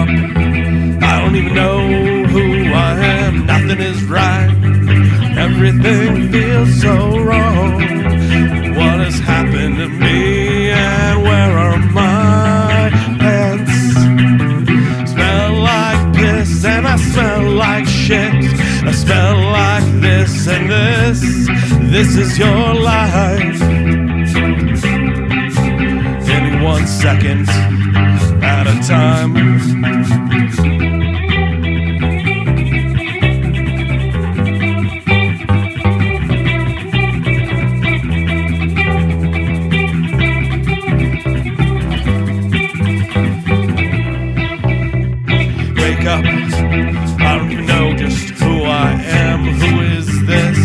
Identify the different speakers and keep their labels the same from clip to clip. Speaker 1: I don't even know who I am. Nothing is right. Everything feels so wrong. What has happened to me and where are my pants? Smell like piss and I smell like shit. I smell like this and this. This is your life. In one second at a time. wake up. I don't even know just who I am. Who is this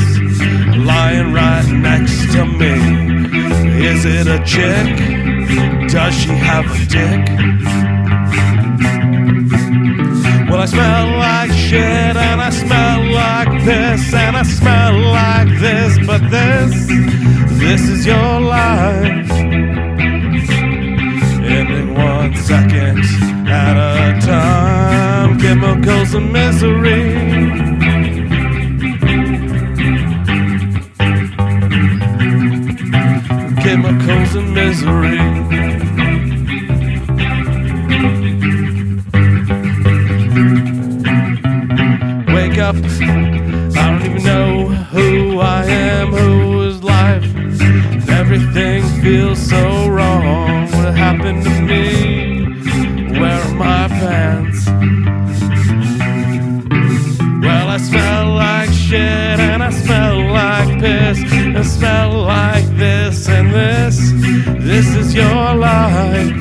Speaker 1: lying right next to me? Is it a chick? Does she have a dick? Well, I smell like shit and I smell like piss and I smell like this, but this, this is your life. Ending one second at a time. Chemicals and misery. Chemicals and misery. Wake up. I don't even know who I am, who is life. Everything feels so wrong. What happened to me? Where are my pants? Well, I smell like shit and I smell like piss. I smell like this and this. This is your life.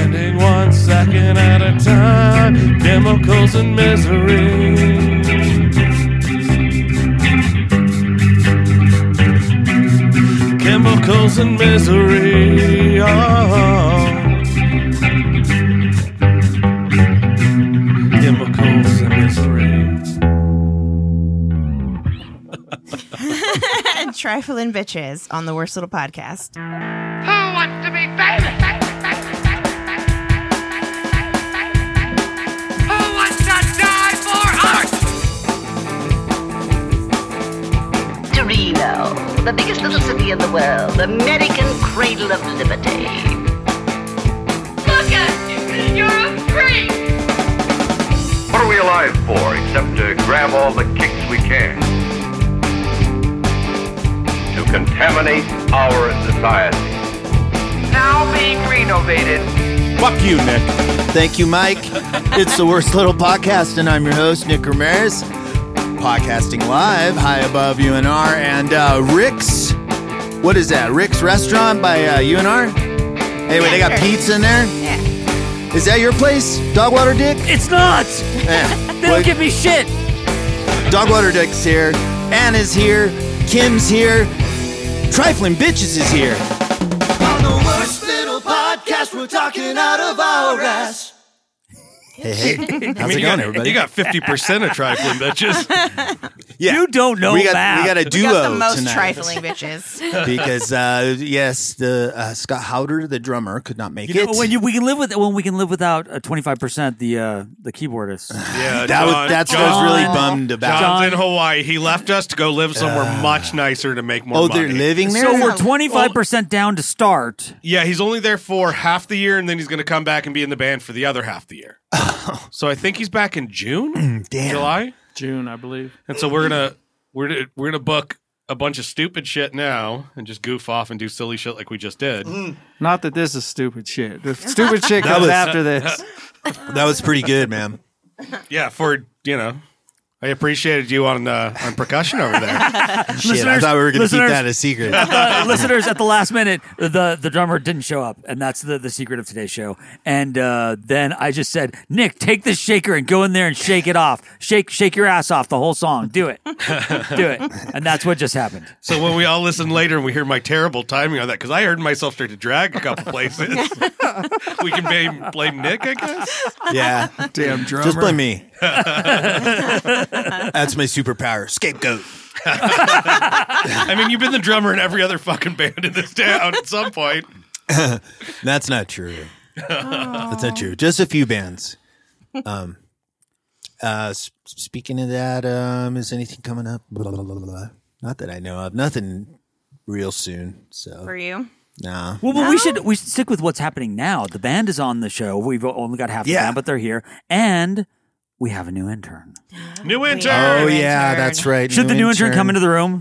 Speaker 1: Ending one second at a time. Chemicals and misery. chemicals and misery. Oh. Chemicals and misery.
Speaker 2: and trifling bitches on the worst little podcast.
Speaker 3: Oh,
Speaker 4: Who wants to be famous? Who wants to die for art?
Speaker 5: Torino, the biggest little city in the world, American cradle of liberty.
Speaker 4: Look at you, you're a freak.
Speaker 6: What are we alive for except to grab all the kicks we can? To contaminate our society.
Speaker 4: Now being renovated.
Speaker 7: Fuck you, Nick.
Speaker 3: Thank you, Mike. it's the worst little podcast, and I'm your host, Nick Ramirez. Podcasting live, high above UNR and uh, Rick's. What is that? Rick's Restaurant by uh, UNR. Anyway, they got
Speaker 2: sure.
Speaker 3: pizza in there. Is
Speaker 2: Yeah.
Speaker 3: that your place, Dogwater Dick?
Speaker 8: It's not.
Speaker 3: Yeah.
Speaker 8: They don't give me shit.
Speaker 3: Dogwater Dick's here. Anna's here. Kim's here. Trifling Bitches is here.
Speaker 9: On the worst little podcast, we're talking out of our ass.
Speaker 3: Hey, hey. How's
Speaker 1: I
Speaker 3: it
Speaker 1: mean, you
Speaker 3: going,
Speaker 1: got-
Speaker 3: everybody?
Speaker 1: You got 50% of trifling bitches.
Speaker 3: yeah.
Speaker 8: You don't know
Speaker 3: we got,
Speaker 8: math.
Speaker 3: We got a
Speaker 2: We
Speaker 3: duo
Speaker 2: got the most
Speaker 3: tonight.
Speaker 2: trifling bitches.
Speaker 3: because uh, yes, the uh, Scott Howder, the drummer, could not make
Speaker 8: You
Speaker 3: it.
Speaker 8: know, when you we can live with when we can live without twenty five percent the uh, the keyboardist.
Speaker 1: Yeah,
Speaker 3: that
Speaker 1: John-
Speaker 3: was that's what I was really
Speaker 8: John-
Speaker 3: bummed about. Uh,
Speaker 1: John's
Speaker 8: John-
Speaker 1: in Hawaii. He left us to go live somewhere much nicer to make more
Speaker 3: oh,
Speaker 1: money.
Speaker 3: they're living there.
Speaker 8: so we're twenty five percent down to start.
Speaker 1: Yeah, he's only there for half the year, and then he's going to come back and be in the band for the other half the year. so I think he's back in June,
Speaker 3: Mm, damn.
Speaker 1: July,
Speaker 10: June, I believe.
Speaker 1: and so we're gonna we're gonna, we're gonna book a bunch of stupid shit now and just goof off and do silly shit like we just did.
Speaker 10: Not that this is stupid shit. The stupid shit comes
Speaker 3: was-
Speaker 10: after this.
Speaker 3: that was pretty good, man.
Speaker 1: Yeah, for you know, I appreciated you on uh, on percussion over there.
Speaker 3: Shit, I
Speaker 8: Listeners-
Speaker 3: thought we were going to keep
Speaker 8: listeners-
Speaker 3: that a secret.
Speaker 8: uh, listeners, at the last minute, the the drummer didn't show up, and that's the, the secret of today's show. And uh, then I just said, Nick, take this shaker and go in there and shake it off, shake shake your ass off the whole song. Do it, do it, and that's what just happened.
Speaker 1: so when we all listen later and we hear my terrible timing on that, because I heard myself start to drag a couple places, we can blame blame Nick, I guess.
Speaker 3: yeah,
Speaker 10: Damn drummer.
Speaker 3: just blame me. that's my superpower, scapegoat.
Speaker 1: I mean, you've been the drummer in every other fucking band in this town at some point.
Speaker 3: That's not true. That's not true. Just a few bands. Um, uh, s- speaking of that, um, is anything coming up? Blah, blah, blah, blah, blah. Not that I know of. Nothing real soon.
Speaker 2: for
Speaker 3: So
Speaker 2: you.
Speaker 3: nah.
Speaker 8: Well, but we should we should stick with what's happening now. The band is on the show. We've only got half the
Speaker 3: Yeah.
Speaker 8: band, but they're here, and we have a new intern.
Speaker 1: New intern.
Speaker 3: Oh
Speaker 2: New
Speaker 3: yeah,
Speaker 2: intern.
Speaker 3: that's right.
Speaker 8: Should the new intern, come into the room?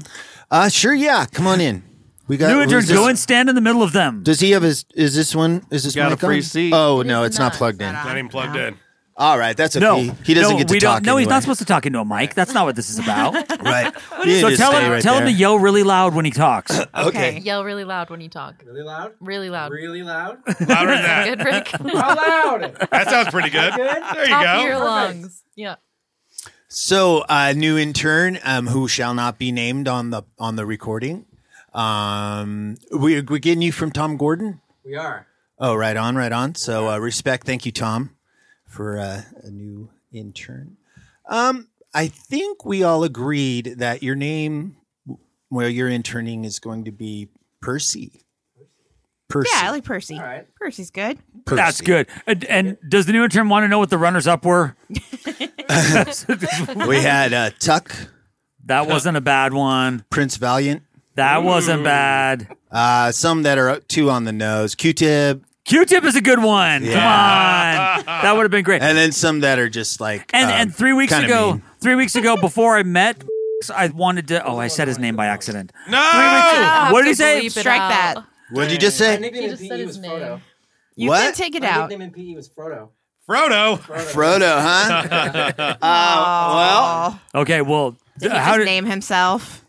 Speaker 3: Uh, sure. Yeah, come on in. We got
Speaker 8: new intern,
Speaker 3: who's this-
Speaker 8: go and stand in the middle of them.
Speaker 3: Does he have his? Is this one? Is this
Speaker 10: Got a
Speaker 3: mic
Speaker 10: free
Speaker 3: on?
Speaker 10: seat.
Speaker 3: Oh no, it's not plugged in.
Speaker 1: Not even plugged in.
Speaker 3: All right, that's a
Speaker 8: no,
Speaker 3: fee. He doesn't
Speaker 8: no,
Speaker 3: get to
Speaker 8: we
Speaker 3: talk.
Speaker 8: Don't, no, he's not
Speaker 3: anyway.
Speaker 8: supposed to talk into a mic. That's not what this is about.
Speaker 3: Right.
Speaker 8: so tell him tell him to yell really loud when he talks.
Speaker 3: Okay.
Speaker 2: Okay.
Speaker 7: Yell really loud when you talk. Really loud? Really loud.
Speaker 9: Really loud?
Speaker 1: Louder than that.
Speaker 7: Good, Rick.
Speaker 9: How loud?
Speaker 1: That sounds pretty good. There you
Speaker 7: Top of your
Speaker 1: go.
Speaker 7: lungs. Yeah.
Speaker 3: So, uh, new intern, um, who shall not be named on the on the recording. Um, we, we're getting you from Tom Gordon.
Speaker 9: We are.
Speaker 3: Oh, right on, right on. So, uh, respect. Thank you, Tom, for uh, a new intern. Um, I think we all agreed that your name, where you're interning, is going to be Percy. Percy.
Speaker 2: Yeah, I like Percy.
Speaker 9: right.
Speaker 2: Percy's good.
Speaker 3: Percy.
Speaker 8: That's good. And, and does the new intern want to know what the runners up were?
Speaker 3: We had uh, Tuck,
Speaker 8: That wasn't a bad one.
Speaker 3: Prince Valiant,
Speaker 8: That wasn't bad.
Speaker 3: uh, some that are too on the nose, Q-Tip,
Speaker 8: Q-tip is a good one. Come on, that would have been great.
Speaker 3: and then some that are just like
Speaker 8: and
Speaker 3: um,
Speaker 8: and three weeks
Speaker 3: kinda
Speaker 8: ago,
Speaker 3: mean.
Speaker 8: three weeks ago, before I met, I wanted to. Oh, I said his name by accident.
Speaker 1: No.
Speaker 7: Have
Speaker 8: what
Speaker 7: to
Speaker 8: did he say?
Speaker 7: bleep it
Speaker 2: Strike
Speaker 7: out.
Speaker 2: that.
Speaker 3: What'd you just say?
Speaker 9: nickname
Speaker 7: He just said his name.
Speaker 2: You
Speaker 3: What?
Speaker 2: can take it out.
Speaker 9: in PE was Frodo.
Speaker 1: Frodo.
Speaker 3: Frodo, huh? Uh,
Speaker 2: well,
Speaker 8: Okay, well,
Speaker 2: did he
Speaker 8: how
Speaker 2: just
Speaker 8: did
Speaker 2: name himself?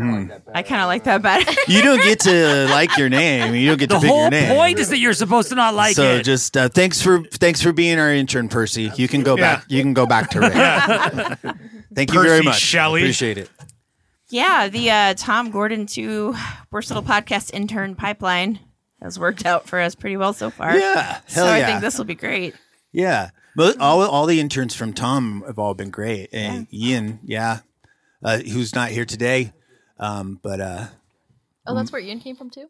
Speaker 2: I kind of like that better.
Speaker 3: Hmm. you don't get to like your name. You don't get
Speaker 8: the
Speaker 3: to pick
Speaker 8: whole
Speaker 3: your name.
Speaker 8: point is that you're supposed to not like
Speaker 3: so
Speaker 8: it?
Speaker 3: just uh, thanks for thanks for being our intern, Percy. You can go back. You can go back to Rick. Thank you very
Speaker 1: Percy
Speaker 3: much.
Speaker 1: Shelley.
Speaker 3: Appreciate it.
Speaker 2: yeah, the uh, Tom Gordon to Versatile Podcast intern pipeline has worked out for us pretty well so far.
Speaker 3: Yeah,
Speaker 2: So
Speaker 3: hell yeah.
Speaker 2: I think this will be great.
Speaker 3: Yeah, but all all the interns from Tom have all been great, and Ian, yeah, uh, who's not here today, um, but uh,
Speaker 7: Oh, that's where Ian came from too?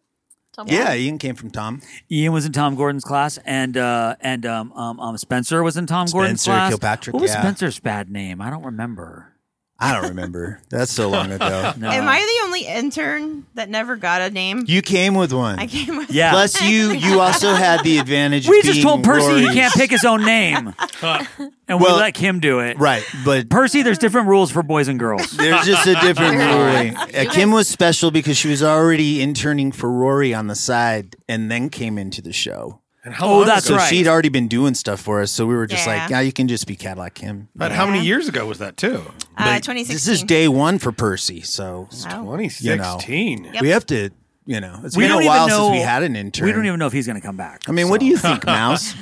Speaker 7: Tom
Speaker 3: yeah,
Speaker 7: Wallace?
Speaker 3: Ian came from Tom.
Speaker 8: Ian was in Tom Gordon's class, and uh, and um, um, um, Spencer was in Tom Gordon's
Speaker 3: Spencer
Speaker 8: class.
Speaker 3: Kilpatrick,
Speaker 8: What was
Speaker 3: yeah.
Speaker 8: Spencer's bad name? I don't remember.
Speaker 3: I don't remember. That's so long ago.
Speaker 8: No.
Speaker 2: Am I the only intern that never got a name?
Speaker 3: You came with one.
Speaker 2: I came with
Speaker 8: Yeah.
Speaker 3: Plus, you you also had the advantage.
Speaker 8: we
Speaker 3: of
Speaker 8: just
Speaker 3: being
Speaker 8: told Percy he
Speaker 3: Rory's-
Speaker 8: can't pick his own name, and
Speaker 3: Well-
Speaker 8: we let him do it.
Speaker 3: Right, but
Speaker 8: Percy, there's different rules for boys and girls.
Speaker 3: there's just a different Rory.
Speaker 7: You
Speaker 3: Uh, Kim was special because she was already interning for Rory on the side, and then came into the show.
Speaker 1: And how
Speaker 8: Oh,
Speaker 1: long
Speaker 8: that's
Speaker 1: ago-
Speaker 3: So
Speaker 8: right.
Speaker 3: she'd already been doing stuff for us. So we were just
Speaker 2: Yeah.
Speaker 3: like, yeah, you can just be Cadillac Kim.
Speaker 1: But how many years ago was that too?
Speaker 2: uh,
Speaker 3: But
Speaker 2: 2016.
Speaker 3: This is day one for Percy.
Speaker 2: Oh.
Speaker 3: So You know.
Speaker 1: 2016.
Speaker 2: Yep.
Speaker 3: we have to, you know, it's
Speaker 8: We
Speaker 3: been
Speaker 8: don't
Speaker 3: a
Speaker 8: even
Speaker 3: while since
Speaker 8: know-
Speaker 3: we had an intern.
Speaker 8: We don't even know if he's going to come back.
Speaker 3: I mean, what do you think, Mouse?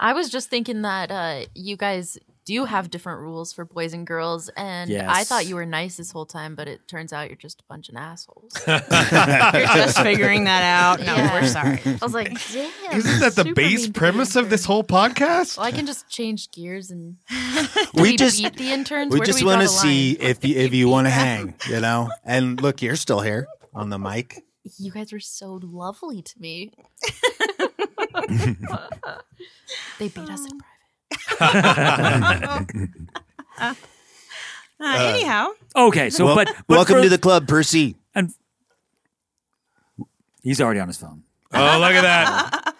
Speaker 7: I was just thinking that uh, you guys do have different rules for boys and girls, and I
Speaker 8: Yes.
Speaker 7: thought you were nice this whole time, but it turns out you're just a bunch of assholes.
Speaker 2: You're just figuring that out. Oh, No,
Speaker 7: Yeah.
Speaker 2: we're sorry.
Speaker 7: I was like, damn.
Speaker 1: Isn't that the
Speaker 7: super
Speaker 1: base
Speaker 7: mean
Speaker 1: premise of this whole podcast?
Speaker 7: Well, I can just change gears and do
Speaker 3: We
Speaker 7: we,
Speaker 3: just-
Speaker 7: beat the interns.
Speaker 3: we
Speaker 7: Where
Speaker 3: just
Speaker 7: do we
Speaker 3: want to
Speaker 7: draw the
Speaker 3: see
Speaker 7: line?
Speaker 3: if you, if you want to hang, you know. And look, you're still here on the mic.
Speaker 7: You guys are so lovely to me. they beat us in private.
Speaker 2: Uh, anyhow,
Speaker 8: Okay, so
Speaker 3: Well,
Speaker 8: but, but
Speaker 3: welcome
Speaker 8: for-
Speaker 3: to the club, Percy.
Speaker 8: and he's already on his phone.
Speaker 1: Oh, look at that.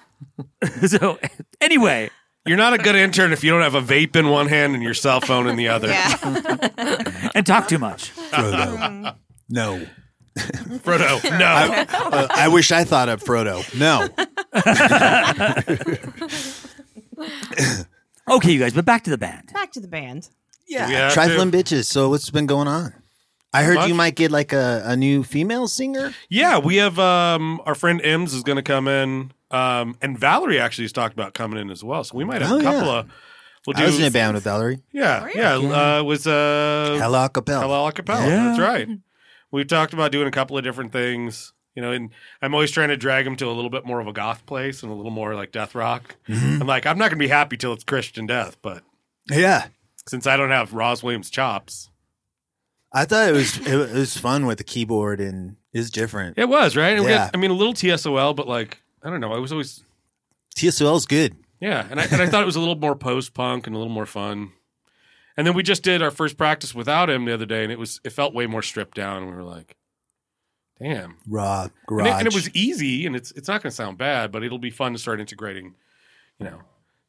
Speaker 8: so anyway,
Speaker 1: You're not a good intern if you don't have a vape in one hand and your cell phone in the other.
Speaker 2: yeah. Mm.
Speaker 8: and talk too much.
Speaker 3: Frodo. No,
Speaker 1: Frodo, no.
Speaker 3: Uh, I wish I thought of Frodo. No,
Speaker 8: Okay, you guys, but back to the band.
Speaker 2: Back to the band.
Speaker 1: We have
Speaker 3: trifling
Speaker 1: to-
Speaker 3: bitches. So what's been going on? I heard
Speaker 1: Much.
Speaker 3: you might get like a, a new female singer.
Speaker 1: Yeah, we have um our friend Ems is going to come in, um and Valerie actually has talked about coming in as well. So we might have
Speaker 3: Oh,
Speaker 1: a couple
Speaker 3: yeah.
Speaker 1: of. We'll do.
Speaker 3: I was in a band with Valerie.
Speaker 1: Yeah, yeah. Uh, it was uh
Speaker 3: Hello, acapella.
Speaker 1: Hello Acapella. That's right. We've talked about doing a couple of different things, you know, and I'm always trying to drag them to a little bit more of a goth place and a little more like death rock. I'm like, I'm not going to be happy till it's Christian death, but
Speaker 3: Yeah,
Speaker 1: since I don't have Ross Williams chops,
Speaker 3: I thought it was it was- it was fun with the keyboard and is different.
Speaker 1: it was right. And we had-
Speaker 3: Yeah.
Speaker 1: I mean, a little TSOL, but like I don't know. I was always
Speaker 3: TSOL's good.
Speaker 11: Yeah, and I, and I thought it was a little more post punk and a little more fun. And then we just did our first practice without him the other day, and it was it felt way more stripped down. And we were like, "Damn,
Speaker 3: Raw garage.
Speaker 11: And it, and it was easy, and it's it's not going to sound bad, but it'll be fun to start integrating, you know,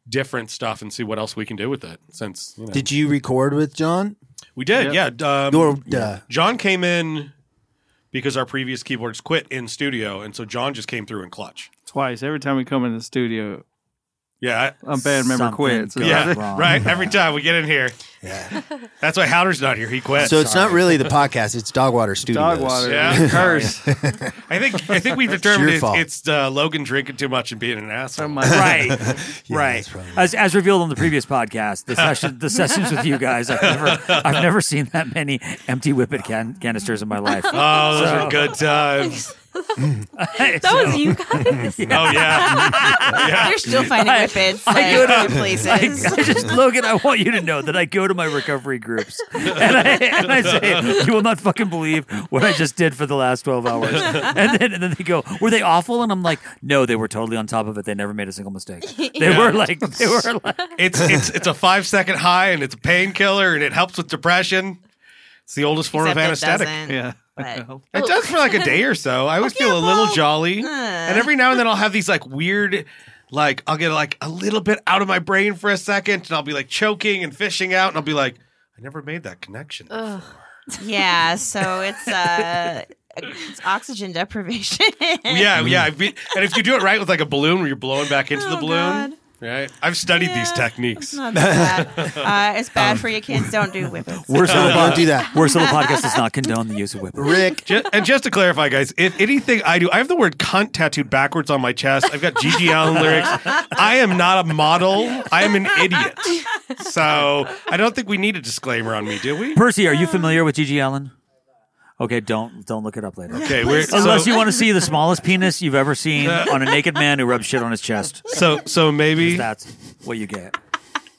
Speaker 11: different stuff and see what else we can do with it. Since you know,
Speaker 3: Did you record with John?
Speaker 11: we did, yeah. Um,
Speaker 3: Or, uh,
Speaker 11: John came in because our previous keyboards quit in studio, and so John just came through in clutch.
Speaker 10: Twice. Every time we come in the studio,
Speaker 11: Yeah, I-
Speaker 10: a band member
Speaker 8: Something
Speaker 10: quits.
Speaker 8: goes
Speaker 11: yeah,
Speaker 8: wrong.
Speaker 11: right. Every time we get in here, that's why Howder's not here. He quit.
Speaker 3: So it's not really the podcast. It's Dogwater Studios.
Speaker 10: Dog water.
Speaker 11: Yeah.
Speaker 10: Curse.
Speaker 11: I think I think we've determined
Speaker 3: your
Speaker 11: it's,
Speaker 3: fault.
Speaker 11: it's uh, Logan drinking too much and being an asshole.
Speaker 8: right,
Speaker 3: that's
Speaker 8: right.
Speaker 3: probably-
Speaker 8: As, as revealed on the previous podcast, the session, the sessions with you guys, I've never, I've never seen that many empty whippet can, canisters in my life.
Speaker 11: Oh, those are good times.
Speaker 2: That was you guys.
Speaker 11: Oh yeah,
Speaker 2: They're still finding
Speaker 8: I-
Speaker 2: whippets
Speaker 8: I
Speaker 2: like,
Speaker 8: go to-
Speaker 2: other places.
Speaker 8: I, I just Logan, I want you to know that I go to my recovery groups and I, and I say, you will not fucking believe what I just did for the last twelve hours. And then and then they go, were they awful? And I'm like, no, they were totally on top of it. They never made a single mistake. They were like, they were like,
Speaker 11: it's it's it's a five second high and it's a painkiller and it helps with depression. It's the oldest form of
Speaker 2: Except it
Speaker 11: anesthetic.
Speaker 2: doesn't,
Speaker 10: Yeah.
Speaker 2: but-
Speaker 11: It does for like a day or so. I always feel a little
Speaker 2: well,
Speaker 11: jolly.
Speaker 2: uh.
Speaker 11: And every now and then I'll have these like weird, like I'll get like a little bit out of my brain for a second and I'll be like choking and fishing out and I'll be like, I never made that connection.
Speaker 2: Eh. yeah, so it's uh it's oxygen deprivation.
Speaker 11: Yeah, yeah. I've been, and if you do it right with like a balloon where you're blowing back into the
Speaker 2: Oh,
Speaker 11: balloon,
Speaker 2: God.
Speaker 11: right? I've studied these
Speaker 2: Yeah.
Speaker 11: techniques.
Speaker 2: It's not that bad. Uh, it's
Speaker 11: Um,
Speaker 2: bad for you kids. Don't do whippets.
Speaker 8: worst little
Speaker 3: Don't do
Speaker 8: podcast.
Speaker 3: that.
Speaker 8: Worst little podcast does not condone the use of whippet.
Speaker 3: Rick.
Speaker 11: Ju- and just to clarify, guys, if anything I do, I have the word cunt tattooed backwards on my chest. I've got Gigi Allen lyrics. I am not a model. I am an idiot. So I don't think we need a disclaimer on me, do we?
Speaker 8: Percy, are you familiar with Gigi Allen? Okay, don't don't look it up later.
Speaker 11: Okay, we're,
Speaker 8: Unless
Speaker 11: so,
Speaker 8: you want to see the smallest penis you've ever seen on a naked man who rubs shit on his chest.
Speaker 11: so so maybe
Speaker 8: That's what you get.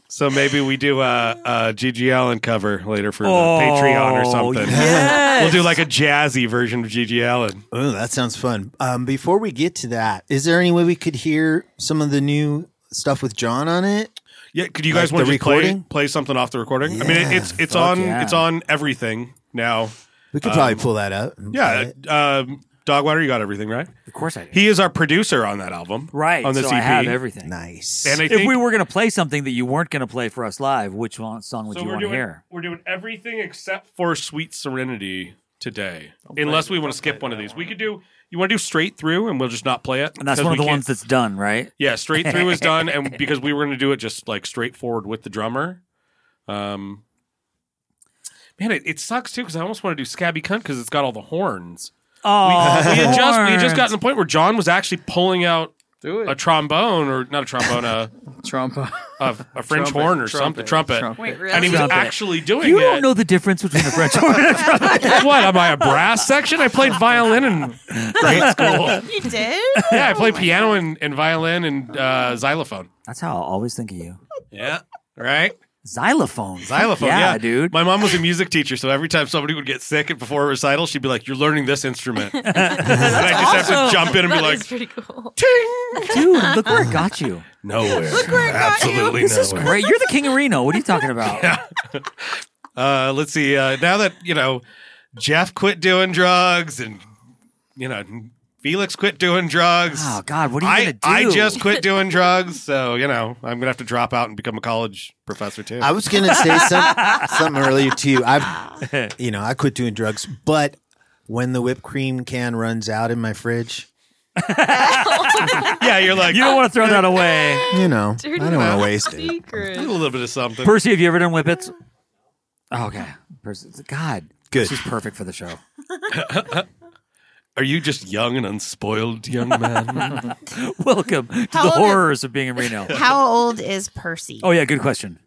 Speaker 11: so maybe we do a, a Gigi Allen cover later for the Patreon or
Speaker 8: Oh,
Speaker 11: something. We'll do like a jazzy version of Gigi Allen.
Speaker 3: Oh, that sounds fun. Um, before we get to that, is there any way we could hear some of the new stuff with John on it?
Speaker 11: Yeah, could you
Speaker 3: Like
Speaker 11: guys want
Speaker 3: the
Speaker 11: to just play
Speaker 3: recording?
Speaker 11: play something off the recording? I mean,
Speaker 3: Yeah,
Speaker 11: it, it's it's
Speaker 8: fuck
Speaker 11: on
Speaker 8: yeah.
Speaker 11: it's on everything now. Um,
Speaker 3: We could probably pull that up. and play
Speaker 11: Yeah,
Speaker 3: it.
Speaker 11: um, Dogwater, you got everything right.
Speaker 8: Of course I do.
Speaker 11: He is our producer on that album,
Speaker 8: right.
Speaker 11: On this
Speaker 8: so
Speaker 11: EP,
Speaker 8: I have everything.
Speaker 3: nice.
Speaker 11: and I
Speaker 8: If
Speaker 11: think
Speaker 8: we were going to play something that you weren't going to play for us live, which one, song would
Speaker 11: so
Speaker 8: you
Speaker 11: we're
Speaker 8: want to
Speaker 11: doing
Speaker 8: hear?
Speaker 11: we're doing everything except for Sweet Serenity today, unless we want to skip one of these. We could do. You want to do straight through, and we'll just not play it.
Speaker 8: And that's
Speaker 11: 'Cause
Speaker 8: one
Speaker 11: we
Speaker 8: of the
Speaker 11: can't-
Speaker 8: ones that's done, right?
Speaker 11: Yeah, straight through is done, and because we were going to do it just like straightforward with the drummer. Um, man, it, it sucks too because I almost want to do Scabby Cunt because it's got all the horns.
Speaker 8: Oh,
Speaker 11: we had just we had just gotten to the point where John was actually pulling out
Speaker 10: Do
Speaker 11: a
Speaker 10: it.
Speaker 11: trombone or not a trombone a
Speaker 10: Trump.
Speaker 11: a, a French
Speaker 10: Trumpet,
Speaker 11: horn or
Speaker 10: trumpet,
Speaker 11: something trumpet.
Speaker 10: trumpet.
Speaker 2: Wait,
Speaker 11: And he was
Speaker 2: really?
Speaker 8: Trumpet.
Speaker 11: actually doing
Speaker 8: You
Speaker 11: it.
Speaker 8: don't know the difference between a French horn and a drum.
Speaker 11: what? Am I a brass section? I played violin in grade school.
Speaker 2: You did?
Speaker 11: Yeah, I played piano and, and violin and uh, xylophone.
Speaker 8: That's how I always think of you.
Speaker 11: Yeah. Right?
Speaker 8: Xylophone.
Speaker 11: Xylophone.
Speaker 8: Yeah,
Speaker 11: Yeah,
Speaker 8: dude.
Speaker 11: My mom was a music teacher, so every time somebody would get sick before a recital, she'd be like, You're learning this instrument. and I just have to jump in and be
Speaker 12: Oh, That
Speaker 11: like,
Speaker 12: is pretty cool.
Speaker 8: dude, look where it got you.
Speaker 11: Nowhere.
Speaker 2: got you.
Speaker 11: Absolutely
Speaker 8: This is
Speaker 11: nowhere.
Speaker 8: great. You're the king of Reno. What are you talking about?
Speaker 11: Uh, let's see. Uh, now that, you know, Jeff quit doing drugs and, you know, Felix quit doing drugs.
Speaker 8: Oh, God. What are you
Speaker 11: I,
Speaker 8: going to do?
Speaker 11: I just quit doing drugs, so you know I'm gonna have to drop out and become a college professor too.
Speaker 3: I was gonna say some, something earlier to you. I've, you know, I quit doing drugs, but when the whipped cream can runs out in my fridge,
Speaker 11: yeah, you're like
Speaker 8: You don't want to throw that away.
Speaker 3: you know, I don't want
Speaker 12: little
Speaker 3: to waste it.
Speaker 11: a
Speaker 12: secret.
Speaker 11: little bit of something.
Speaker 8: Percy, have you ever done whippets? Oh, okay. Percy, God.
Speaker 3: Good.
Speaker 8: She's perfect for the show.
Speaker 11: Are you just young and unspoiled, young man?
Speaker 8: Welcome to
Speaker 2: How
Speaker 8: the
Speaker 2: old is-
Speaker 8: horrors of being in Reno.
Speaker 2: How old is Percy?
Speaker 8: Oh, yeah. Good question.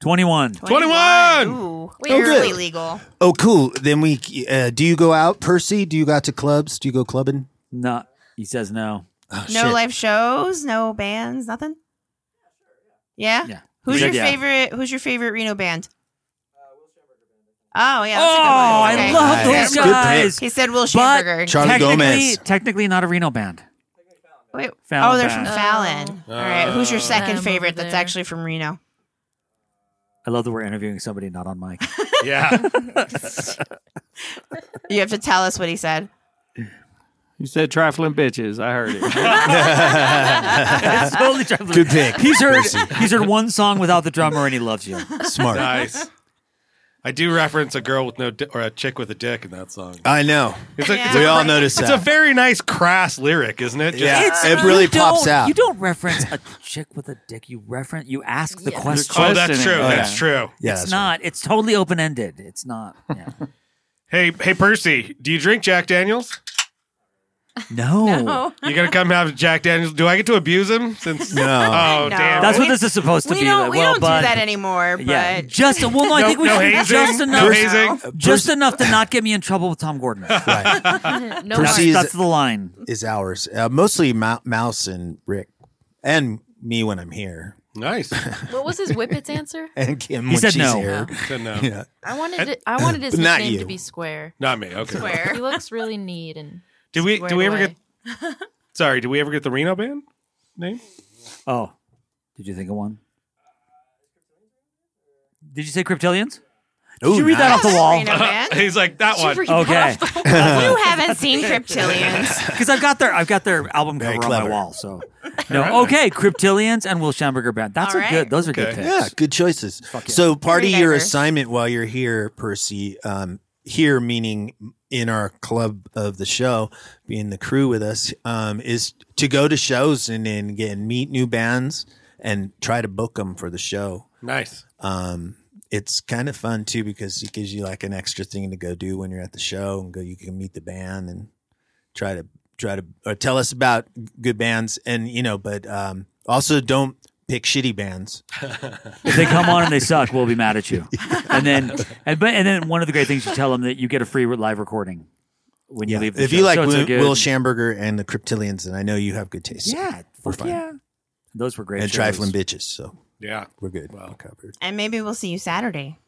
Speaker 8: 21.
Speaker 2: Ooh,
Speaker 11: 21.
Speaker 3: Oh,
Speaker 2: barely
Speaker 3: good.
Speaker 2: legal.
Speaker 3: Oh, cool. Then we uh, do you go out, Percy? Do you go out to clubs? Do you go clubbing?
Speaker 8: No, he says no.
Speaker 2: No
Speaker 3: shit.
Speaker 2: live shows, no bands, nothing. Yeah.
Speaker 8: Yeah.
Speaker 2: Who's
Speaker 8: Yeah.
Speaker 2: your
Speaker 8: Yeah.
Speaker 2: favorite? Who's your favorite Reno band?
Speaker 7: Uh,
Speaker 2: Oh yeah.
Speaker 8: Oh, I
Speaker 2: That's a good one. Okay.
Speaker 8: love
Speaker 3: Nice.
Speaker 8: those
Speaker 3: Good pick.
Speaker 8: guys.
Speaker 2: He said Will
Speaker 8: But
Speaker 2: Schamberger.
Speaker 3: Charlie
Speaker 8: technically,
Speaker 3: Gomez.
Speaker 8: technically not a Reno band.
Speaker 2: Wait.
Speaker 8: Fallon
Speaker 2: oh, they're from
Speaker 8: Bash.
Speaker 2: Fallon. All right. Who's your
Speaker 7: Oh.
Speaker 2: second
Speaker 7: Them
Speaker 2: favorite
Speaker 7: over
Speaker 2: that's
Speaker 7: there.
Speaker 2: actually from Reno?
Speaker 8: I love that we're interviewing somebody not on mic.
Speaker 11: Yeah.
Speaker 2: You have to tell us what he said.
Speaker 10: You said trifling bitches. I heard it.
Speaker 8: It's totally Jeff Lewis.
Speaker 3: Good pick.
Speaker 8: He's heard
Speaker 3: Lucy.
Speaker 8: he's heard one song without the drummer and he loves you.
Speaker 3: Smart.
Speaker 11: nice. I do reference a girl with no di- or a chick with a dick in that song.
Speaker 3: I know.
Speaker 11: It's a, it's a
Speaker 3: We all
Speaker 11: cra-
Speaker 3: noticed
Speaker 11: It's
Speaker 3: that.
Speaker 11: a very nice crass lyric, isn't it? Just-
Speaker 3: Yeah.
Speaker 8: It's-
Speaker 3: it
Speaker 8: you
Speaker 3: really
Speaker 8: don't-
Speaker 3: pops out.
Speaker 8: You don't reference a chick with a dick. You reference you ask the
Speaker 7: Yeah.
Speaker 8: question.
Speaker 11: Oh, that's
Speaker 10: Questioning.
Speaker 11: true.
Speaker 10: Oh,
Speaker 11: That's
Speaker 10: yeah.
Speaker 11: true.
Speaker 3: yeah,
Speaker 8: it's
Speaker 3: that's right.
Speaker 8: not. It's totally open ended. It's not. Yeah.
Speaker 11: Hey, hey, Percy, do you drink Jack Daniels?
Speaker 8: No.
Speaker 11: You gonna come have Jack Daniels? Do I get to abuse him? Since
Speaker 3: No.
Speaker 2: No.
Speaker 11: Oh damn.
Speaker 8: That's what
Speaker 2: We-
Speaker 8: this is supposed to
Speaker 2: we
Speaker 8: be.
Speaker 2: don't,
Speaker 8: like,
Speaker 2: we
Speaker 8: well,
Speaker 2: don't
Speaker 8: bud,
Speaker 2: do that anymore, but
Speaker 8: Yeah, just well, no, I
Speaker 11: No-
Speaker 8: think we
Speaker 11: no
Speaker 8: should
Speaker 11: hazing?
Speaker 8: just enough,
Speaker 11: No hazing?
Speaker 8: just enough to not get me in trouble with Tom Gordon. That's,
Speaker 3: Right. Proceed.
Speaker 7: no harm.
Speaker 3: He's-
Speaker 8: that's the line.
Speaker 3: is ours. Uh, mostly Mou- Mouse and Rick and me when I'm here.
Speaker 11: nice.
Speaker 7: What was his whippets answer?
Speaker 3: And Kim
Speaker 8: He
Speaker 3: when
Speaker 8: said
Speaker 3: she's
Speaker 8: no.
Speaker 3: here.
Speaker 11: Good enough.
Speaker 3: Yeah.
Speaker 7: I wanted it, I wanted his
Speaker 3: But not
Speaker 7: nickname
Speaker 3: you.
Speaker 7: to be Square.
Speaker 11: Not me. Okay.
Speaker 2: Square.
Speaker 7: He looks really neat and
Speaker 11: Did we?
Speaker 7: squared
Speaker 11: Do we ever
Speaker 7: away.
Speaker 11: get? Sorry. Did we ever get the Reno band name?
Speaker 8: Oh, did you think of one? Did you say Cryptillions? did
Speaker 3: Ooh,
Speaker 8: you read that
Speaker 3: nice.
Speaker 8: off the wall?
Speaker 2: Reno band.
Speaker 11: He's like that one.
Speaker 7: Super-
Speaker 8: Okay,
Speaker 2: you haven't seen Cryptilians.
Speaker 8: because I've got their I've got their album
Speaker 3: Very
Speaker 8: cover on my
Speaker 3: clever.
Speaker 8: wall. So no, okay, Cryptillions and Will Schamberger Band. That's
Speaker 2: All
Speaker 8: a
Speaker 2: right.
Speaker 8: good. Those are good
Speaker 11: Okay.
Speaker 8: picks.
Speaker 3: Yeah, good choices. So part of
Speaker 2: Very
Speaker 3: your
Speaker 2: diverse.
Speaker 3: assignment while you're here, Percy, um, here meaning in our club of the show, being the crew with us, um, is to go to shows and then get meet new bands and try to book them for the show.
Speaker 11: nice.
Speaker 3: Um, it's kind of fun too because it gives you like an extra thing to go do when you're at the show and go. You can meet the band and try to try to or tell us about good bands and you know, but um, also don't pick shitty bands.
Speaker 8: If they come on and they suck, we'll be mad at you. And then, and, but, and then one of the great things you tell them that you get a free live recording when you leave. The
Speaker 3: if
Speaker 8: show.
Speaker 3: you like
Speaker 8: So it's a
Speaker 3: Will,
Speaker 8: good-
Speaker 3: Will Schamberger and the Cryptilians, and I know you have good taste.
Speaker 8: yeah,
Speaker 3: we're
Speaker 8: fuck
Speaker 3: fine.
Speaker 8: Yeah, those were great.
Speaker 3: and
Speaker 8: shows.
Speaker 3: trifling bitches, so
Speaker 11: Yeah.
Speaker 3: we're good.
Speaker 11: Wow.
Speaker 3: We're covered.
Speaker 2: and maybe we'll see you Saturday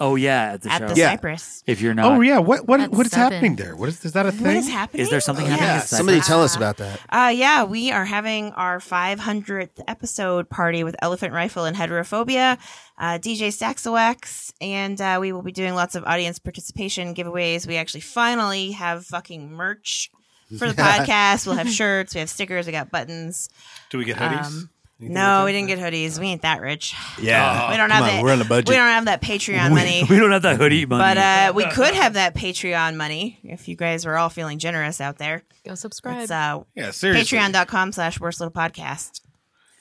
Speaker 8: Oh yeah, at the
Speaker 2: at
Speaker 8: show.
Speaker 2: the
Speaker 3: Yeah.
Speaker 2: Cypress.
Speaker 8: If you're not,
Speaker 11: Oh yeah. What what
Speaker 7: At
Speaker 11: what is
Speaker 7: seven.
Speaker 11: happening there? What is is that a thing?
Speaker 2: What is happening?
Speaker 8: Is there something
Speaker 2: Oh,
Speaker 8: happening?
Speaker 3: Yeah,
Speaker 8: at Cypress?
Speaker 3: somebody tell us about that.
Speaker 2: Uh, yeah, we are having our 500th episode party with Elephant Rifle and Heterophobia, uh, DJ Saxowax, and uh, we will be doing lots of audience participation giveaways. We actually finally have fucking merch for the podcast. we'll have shirts, we have stickers, we got buttons.
Speaker 11: Do we get hoodies?
Speaker 2: Um, No, we didn't get hoodies. We ain't that rich.
Speaker 3: Yeah,
Speaker 2: we don't
Speaker 3: come
Speaker 2: have
Speaker 3: on,
Speaker 2: that.
Speaker 3: we're on a budget.
Speaker 2: We don't have that Patreon money.
Speaker 8: We don't have that hoodie money.
Speaker 2: but uh, we could have that Patreon money if you guys were all feeling generous out there.
Speaker 7: Go subscribe.
Speaker 2: It's uh,
Speaker 11: Yeah. Seriously.
Speaker 2: patreon.com slash worst little podcast.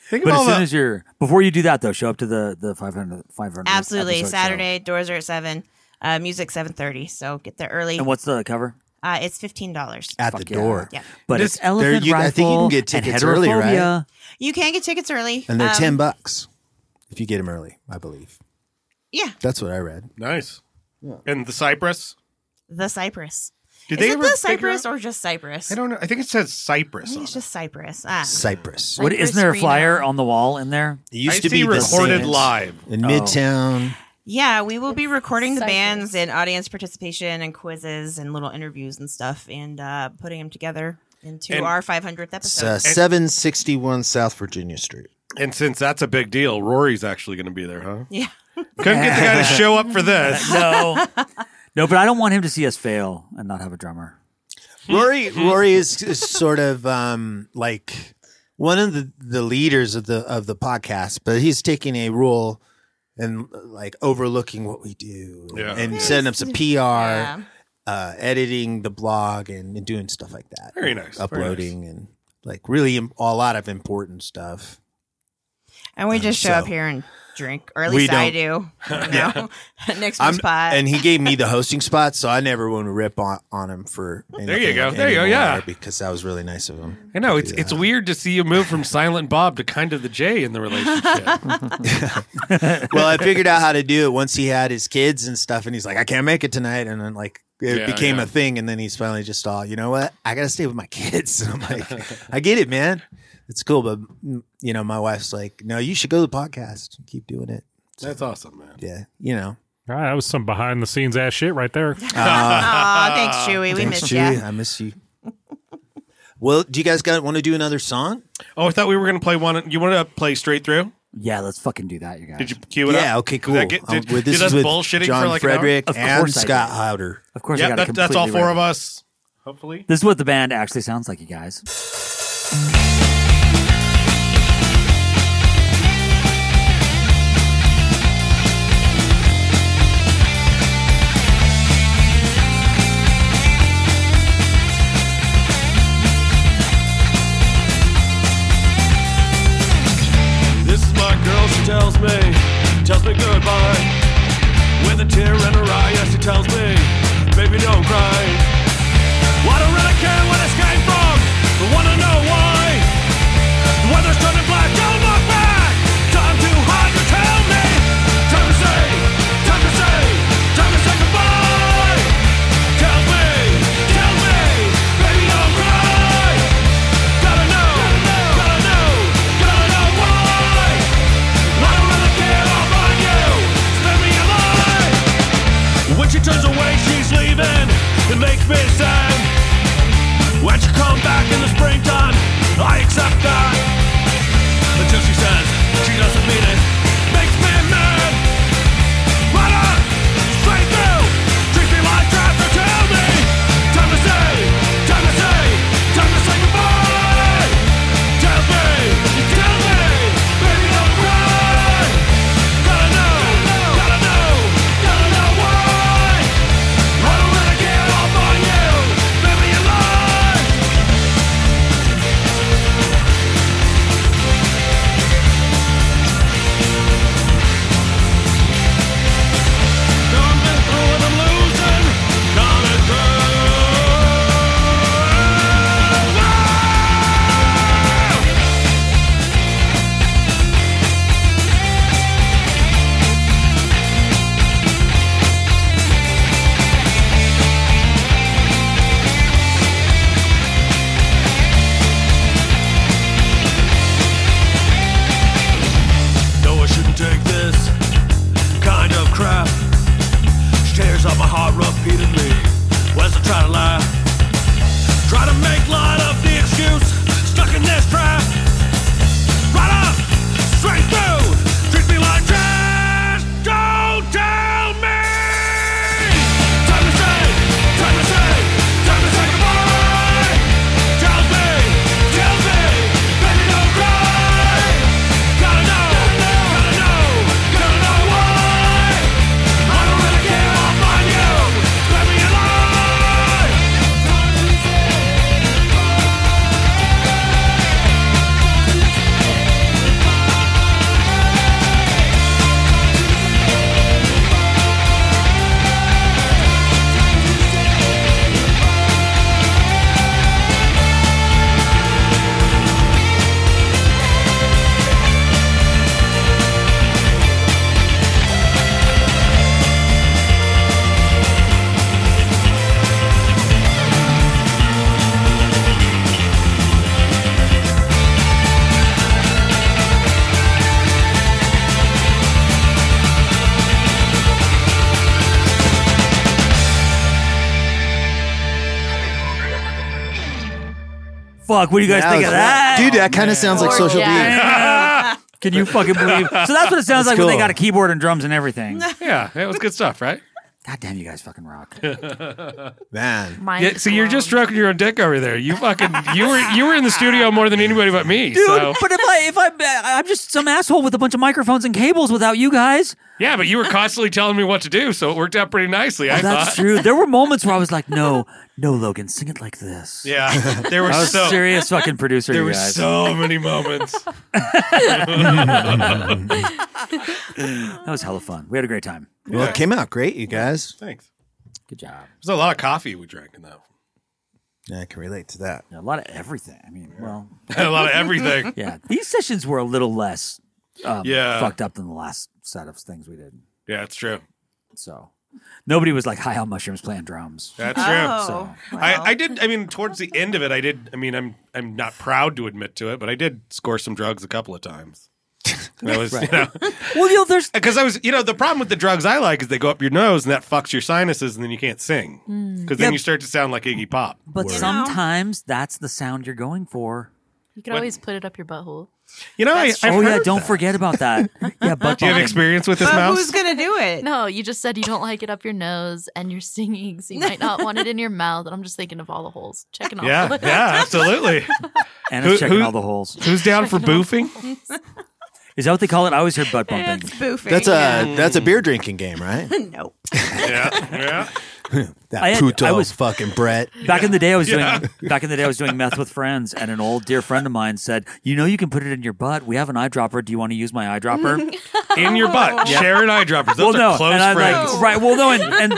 Speaker 11: Think
Speaker 8: But
Speaker 11: about
Speaker 8: as soon
Speaker 11: that.
Speaker 8: as you're before you do that though, show up to the the 500 500
Speaker 2: Absolutely.
Speaker 8: episode show.
Speaker 2: Saturday, doors are at 7, uh, music 7.30. So get there early.
Speaker 8: And what's the cover?
Speaker 2: Uh, it's $15.
Speaker 3: at the
Speaker 8: Fuck yeah.
Speaker 3: door.
Speaker 2: yeah.
Speaker 8: But
Speaker 3: This-
Speaker 8: it's elephant
Speaker 3: there you-
Speaker 8: rifle.
Speaker 3: I think you can get
Speaker 8: and
Speaker 3: tickets early, right?
Speaker 8: heterophobia.
Speaker 2: You can get tickets early.
Speaker 3: And they're
Speaker 2: Um,
Speaker 3: ten bucks if you get them early. I believe
Speaker 2: Yeah.
Speaker 3: that's what I read.
Speaker 11: Nice. And the Cypress.
Speaker 2: The Cypress. Is
Speaker 11: Did they
Speaker 2: it
Speaker 11: ever
Speaker 2: the
Speaker 11: figure
Speaker 2: Cypress
Speaker 11: out-
Speaker 2: or just Cypress?
Speaker 11: I don't know. I think it says Cypress.
Speaker 2: I think
Speaker 11: on
Speaker 2: it's
Speaker 11: it.
Speaker 2: just Cypress. Ah.
Speaker 3: Cypress.
Speaker 8: What
Speaker 7: Like
Speaker 8: isn't there a
Speaker 7: Chris Reno.
Speaker 8: flyer on the wall in there?
Speaker 3: It
Speaker 11: I
Speaker 3: used to
Speaker 11: see
Speaker 3: be the
Speaker 11: recorded
Speaker 3: Saints
Speaker 11: live.
Speaker 3: in Midtown.
Speaker 2: Yeah, we will be recording the
Speaker 7: Cypress.
Speaker 2: bands and audience participation and quizzes and little interviews and stuff and uh, putting them together into
Speaker 11: And-
Speaker 2: our 500th
Speaker 3: It's
Speaker 2: episode.
Speaker 3: uh, seven sixty one South Virginia Street.
Speaker 11: And since that's a big deal, Rory's actually going to be there, huh?
Speaker 2: yeah.
Speaker 11: Couldn't get the guy to show up for this.
Speaker 8: Oh. No. no, but I don't want him to see us fail and not have a drummer.
Speaker 3: Rory
Speaker 11: Hmm.
Speaker 3: Rory is, is sort of um, like one of the, the leaders of the of the podcast, but he's taking a role and like overlooking what we do
Speaker 11: Yeah.
Speaker 3: and setting up some PR,
Speaker 2: Yeah.
Speaker 3: uh, editing the blog and, and doing stuff like that.
Speaker 11: Very nice, very
Speaker 3: Uploading and like really im- a lot of important stuff.
Speaker 2: And we just show
Speaker 3: so-
Speaker 2: up here and drink, or at
Speaker 3: We
Speaker 2: least I do. You know? Next week's pot.
Speaker 3: and he gave me the hosting spot, so I never want to rip on, on him for anything
Speaker 11: you go, there you go,
Speaker 3: anymore
Speaker 11: yeah.
Speaker 3: because that was really nice of him.
Speaker 11: I know
Speaker 3: to
Speaker 11: it's
Speaker 3: do
Speaker 11: it's
Speaker 3: that.
Speaker 11: weird to see you move from Silent Bob to kind of the J in the relationship.
Speaker 3: well, I figured out how to do it once he had his kids and stuff, and he's like, I can't make it tonight, and then like it
Speaker 11: Yeah,
Speaker 3: became
Speaker 11: yeah.
Speaker 3: a thing, and then he's finally just all, you know what, I gotta stay with my kids. And I'm like, I get it, man, it's cool, but mm, you know, my wife's like, no, you should go to the podcast, and keep doing it.
Speaker 11: That's awesome, man.
Speaker 3: Yeah, you know,
Speaker 13: God, that was some behind the scenes ass shit right there.
Speaker 2: Aw, thanks, Chewy. We
Speaker 3: Thanks,
Speaker 2: missed
Speaker 3: Chewy.
Speaker 2: you.
Speaker 3: I miss you. Well, do you guys got want to do another song?
Speaker 11: Oh, I thought we were going to play one. You want to play straight through?
Speaker 8: Yeah, let's fucking do that, you guys.
Speaker 11: Did you cue it up?
Speaker 3: Yeah, okay,
Speaker 11: Did
Speaker 3: cool.
Speaker 11: that get-
Speaker 3: Um,
Speaker 11: did,
Speaker 3: with-
Speaker 11: did
Speaker 3: this
Speaker 11: us
Speaker 3: is with
Speaker 11: bullshitting
Speaker 3: John
Speaker 11: for like an hour?
Speaker 3: Frederick
Speaker 8: Of
Speaker 3: and
Speaker 8: course I
Speaker 3: Scott
Speaker 8: did.
Speaker 3: Howder.
Speaker 8: Of course, I
Speaker 11: Yeah,
Speaker 8: got it
Speaker 11: that, that's all
Speaker 8: completely
Speaker 11: four
Speaker 8: right.
Speaker 11: of us. Hopefully.
Speaker 8: This is what the band actually sounds like, you guys.
Speaker 9: This is my girl, she tells me, tells me goodbye. With a tear in her eye, yeah, she tells me, baby, don't cry. Well, I don't really care where this came from, but wanna know why. The weather's turning black, don't look back. Time to hide, you tell me. Time to say, time to say, time to say goodbye. Tell me, tell me, baby, don't cry. Gotta know, gotta know, gotta know why. I don't really care, I'll find you. Spare me alive. When she turns away, she's leaving. It makes me sad. When she come back in the springtime, I accept that. Until she says she doesn't mean it, makes me mad. Right up, straight through, treat me like crap. So tell me, time to say, time to say, time to say goodbye. Tell me, tell me, baby, don't cry. Gotta know, gotta know, gotta know why. I don't wanna get off on you, baby, you lie. Coming through and I'm losing, coming through. No, I shouldn't take this kind of crap. She tears up my heart repeatedly. Where's I try to lie? Try to make light of the excuse. Stuck in this trap. Right up, straight through. Treat me like trash. Don't tell me. Time to say, time to say, time to say goodbye. Tell me, tell me, baby, don't cry. Gotta know, gotta know, gotta know why. I don't really care, I'll find you. Let me alive.
Speaker 8: Fuck, what do you guys
Speaker 3: That
Speaker 8: think
Speaker 3: was
Speaker 8: of
Speaker 3: rough.
Speaker 8: that?
Speaker 3: Dude, that kinda sounds like Social Bee.
Speaker 8: Yeah. Can you fucking believe? So that's what it sounds
Speaker 3: That's
Speaker 8: like when
Speaker 3: cool.
Speaker 8: they got a keyboard and drums and everything.
Speaker 11: Yeah, it was good stuff, right?
Speaker 8: God damn, you guys fucking rock.
Speaker 3: Man.
Speaker 14: Mind
Speaker 11: Yeah, see, you're just stroking your own dick over there. You fucking, you were, you were in the studio more than anybody but me.
Speaker 8: Dude,
Speaker 11: so.
Speaker 8: but if I if I I'm just some asshole with a bunch of microphones and cables without you guys.
Speaker 11: Yeah, but you were constantly telling me what to do, so it worked out pretty nicely. I
Speaker 8: Oh, that's
Speaker 11: thought.
Speaker 8: true. There were moments where I was like, no, no, Logan, sing it like this.
Speaker 11: Yeah, there were
Speaker 8: I was
Speaker 11: so
Speaker 8: serious fucking producer.
Speaker 11: there
Speaker 8: you
Speaker 11: were
Speaker 8: guys.
Speaker 11: so many moments.
Speaker 8: that was hella fun. We had a great time.
Speaker 3: Well, it came out great, you guys.
Speaker 11: Thanks.
Speaker 8: Good job.
Speaker 11: There's a lot of coffee we drank in that.
Speaker 3: Yeah, I can relate to that.
Speaker 8: Yeah, a lot of everything. I mean, well,
Speaker 11: a lot of everything.
Speaker 8: yeah. These sessions were a little less um,
Speaker 11: Yeah.
Speaker 8: fucked up than the last set of things we did.
Speaker 11: Yeah, it's true.
Speaker 8: So nobody was like high on mushrooms playing drums.
Speaker 11: That's true.
Speaker 7: Oh, well.
Speaker 11: I, I did. I mean, towards the end of it, I did. I mean, I'm I'm not proud to admit to it, but I did score some drugs a couple of times. That was,
Speaker 8: Right.
Speaker 11: you know,
Speaker 8: well, you know, there's
Speaker 11: because I was, you know, the problem with the drugs I like is they go up your nose and that fucks your sinuses and then you can't sing
Speaker 7: Hmm.
Speaker 8: Mm.
Speaker 11: because then
Speaker 8: Yep.
Speaker 11: you start to sound like Iggy Pop.
Speaker 8: But sometimes that's the sound you're going for.
Speaker 7: You can
Speaker 11: What-
Speaker 7: always put it up your butthole.
Speaker 11: you know, I, I've
Speaker 8: oh yeah,
Speaker 11: heard
Speaker 8: don't
Speaker 11: that.
Speaker 8: forget about that. yeah, but
Speaker 11: Do you have experience with this mouse?
Speaker 2: gonna do it?
Speaker 7: No, you just said you don't like it up your nose and you're singing, so you might not want it in your mouth. And I'm just thinking of all the holes, checking off.
Speaker 11: Yeah, yeah, absolutely.
Speaker 8: And it's checking all the holes.
Speaker 11: Who's down for boofing?
Speaker 8: Is that what they call it? I always hear butt bumping.
Speaker 2: Boofing.
Speaker 3: That's a that's a beer drinking game, right?
Speaker 2: nope.
Speaker 11: yeah,
Speaker 3: yeah.
Speaker 8: I
Speaker 3: that
Speaker 8: had-
Speaker 3: puto
Speaker 8: I
Speaker 3: was
Speaker 8: was-
Speaker 3: fucking Brett.
Speaker 8: Back in the day, I was
Speaker 3: Yeah.
Speaker 8: doing back in the day I was doing meth with friends, and an old dear friend of mine said, "You know, you can put it in your butt. We have an eyedropper. Do you want to use my eyedropper?"
Speaker 11: in your
Speaker 9: Oh.
Speaker 11: butt.
Speaker 8: Yeah.
Speaker 11: Sharon eyedroppers.
Speaker 8: well,
Speaker 11: Those
Speaker 8: no,
Speaker 11: are close
Speaker 8: and I'm
Speaker 11: friends.
Speaker 8: like, right? Well, no, and, and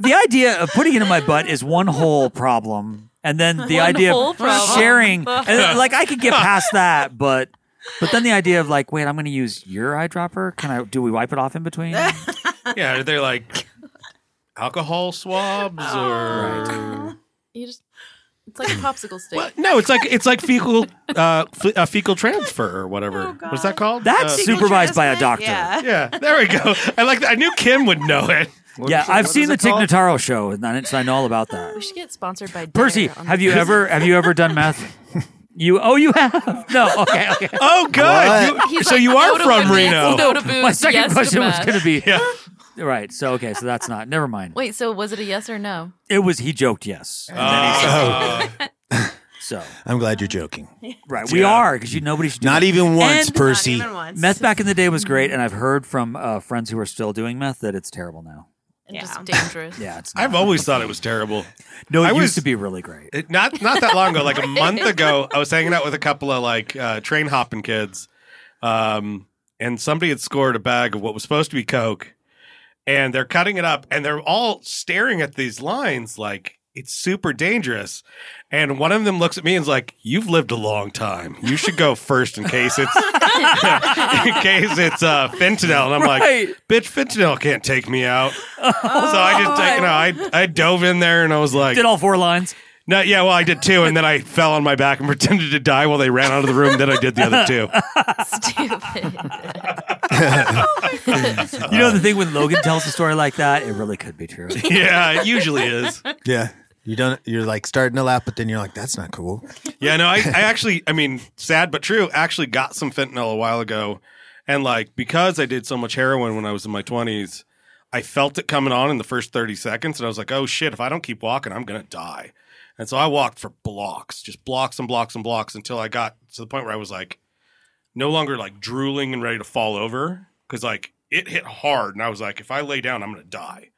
Speaker 8: the idea of putting it in my butt is one whole problem, and then the
Speaker 7: One
Speaker 8: idea
Speaker 7: whole
Speaker 8: of
Speaker 7: problem.
Speaker 8: sharing, and, like I could get past that, but but then the idea of like, wait, I'm going to use your eyedropper. Can I? Do we wipe it off in between?
Speaker 11: yeah, are they like alcohol swabs or
Speaker 7: You just, it's like a popsicle stick.
Speaker 11: no? It's like it's like fecal uh, f- uh, fecal transfer or whatever. What's that called?
Speaker 8: That's
Speaker 11: Uh,
Speaker 8: supervised by a doctor.
Speaker 11: Yeah, there we go. I like. That. I knew Kim would know it.
Speaker 8: yeah, I've seen the
Speaker 11: it
Speaker 8: Tig
Speaker 11: called?
Speaker 8: Notaro show, and I so I know all about that.
Speaker 7: We should get sponsored by
Speaker 8: Percy,
Speaker 7: Dare on
Speaker 8: have
Speaker 7: the-
Speaker 8: you ever have you ever done meth? You oh you have no okay okay
Speaker 11: oh good
Speaker 7: What? He's like, no to women, no to boobs,
Speaker 8: My second
Speaker 7: yes to
Speaker 8: question was
Speaker 7: meth.
Speaker 8: going to be right. So okay, so that's not. Never mind.
Speaker 7: Wait, so was it a yes or no?
Speaker 8: It was he joked yes. And then he
Speaker 3: Oh.
Speaker 8: said- so
Speaker 3: I'm glad you're joking.
Speaker 8: right, we
Speaker 3: Yeah.
Speaker 8: are because you nobody should. Do
Speaker 3: Not
Speaker 8: that.
Speaker 3: even once,
Speaker 8: And-
Speaker 3: Percy. Not even
Speaker 2: once.
Speaker 8: Meth back in the day was great, and I've heard from uh, friends who are still doing meth that it's terrible now.
Speaker 7: And Just dangerous.
Speaker 8: Yeah, it's
Speaker 11: I've always thought it was terrible.
Speaker 8: No, it
Speaker 11: I
Speaker 8: used
Speaker 11: was-
Speaker 8: to be really great.
Speaker 11: It, not not that long ago, like a
Speaker 7: Right.
Speaker 11: month ago, I was hanging out with a couple of like uh, train hopping kids, um, and somebody had scored a bag of what was supposed to be coke, and they're cutting it up, and they're all staring at these lines like it's super dangerous. And one of them looks at me and's like, "You've lived a long time. You should go first in case it's in case it's uh, fentanyl." And I'm
Speaker 8: Right.
Speaker 11: like, "Bitch, fentanyl can't take me out." so I just take, you know, I I dove in there and I was like,
Speaker 8: Did all four lines?
Speaker 11: no, yeah, well, I did two, and then I fell on my back and pretended to die while they ran out of the room. Then I did the other two.
Speaker 7: Oh
Speaker 8: You know the thing when Uh, Logan tells a story like that, it really could be true.
Speaker 11: Yeah, it usually is.
Speaker 3: Yeah. You don't you're like starting to laugh, but then you're like, that's not cool.
Speaker 11: Yeah, no, I, I actually, I mean, sad but true, actually got some fentanyl a while ago. And like, because I did so much heroin when I was in my 20s, I felt it coming on in the first 30 seconds. And I was like, oh shit, if I don't keep walking, I'm going to die. And so I walked for blocks, just blocks and blocks and blocks until I got to the point where I was like, no longer like drooling and ready to fall over. Cause like it hit hard. And I was like, if I lay down, I'm going to die.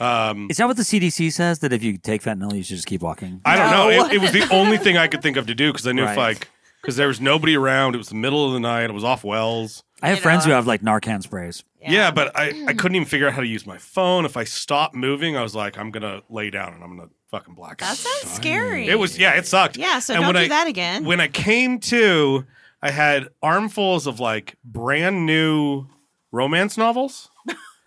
Speaker 11: Um,
Speaker 8: Is that what the CDC says that if you take fentanyl, you should just keep walking?
Speaker 11: I don't know. It, it was the only thing I could think of to do because I knew if
Speaker 8: Right.
Speaker 11: like because there was nobody around. It was the middle of the night. It was off Wells.
Speaker 8: I have friends who have like Narcan sprays.
Speaker 11: Yeah, but I, I couldn't even figure out how to use my phone. If I stopped moving, I was like, I'm gonna lay down and I'm gonna fucking black out.
Speaker 2: That sounds scary.
Speaker 11: It was yeah, it sucked.
Speaker 2: Yeah, so
Speaker 11: And
Speaker 2: don't
Speaker 11: when
Speaker 2: do
Speaker 11: I-
Speaker 2: that again.
Speaker 11: When I came to, I had armfuls of like brand new romance novels.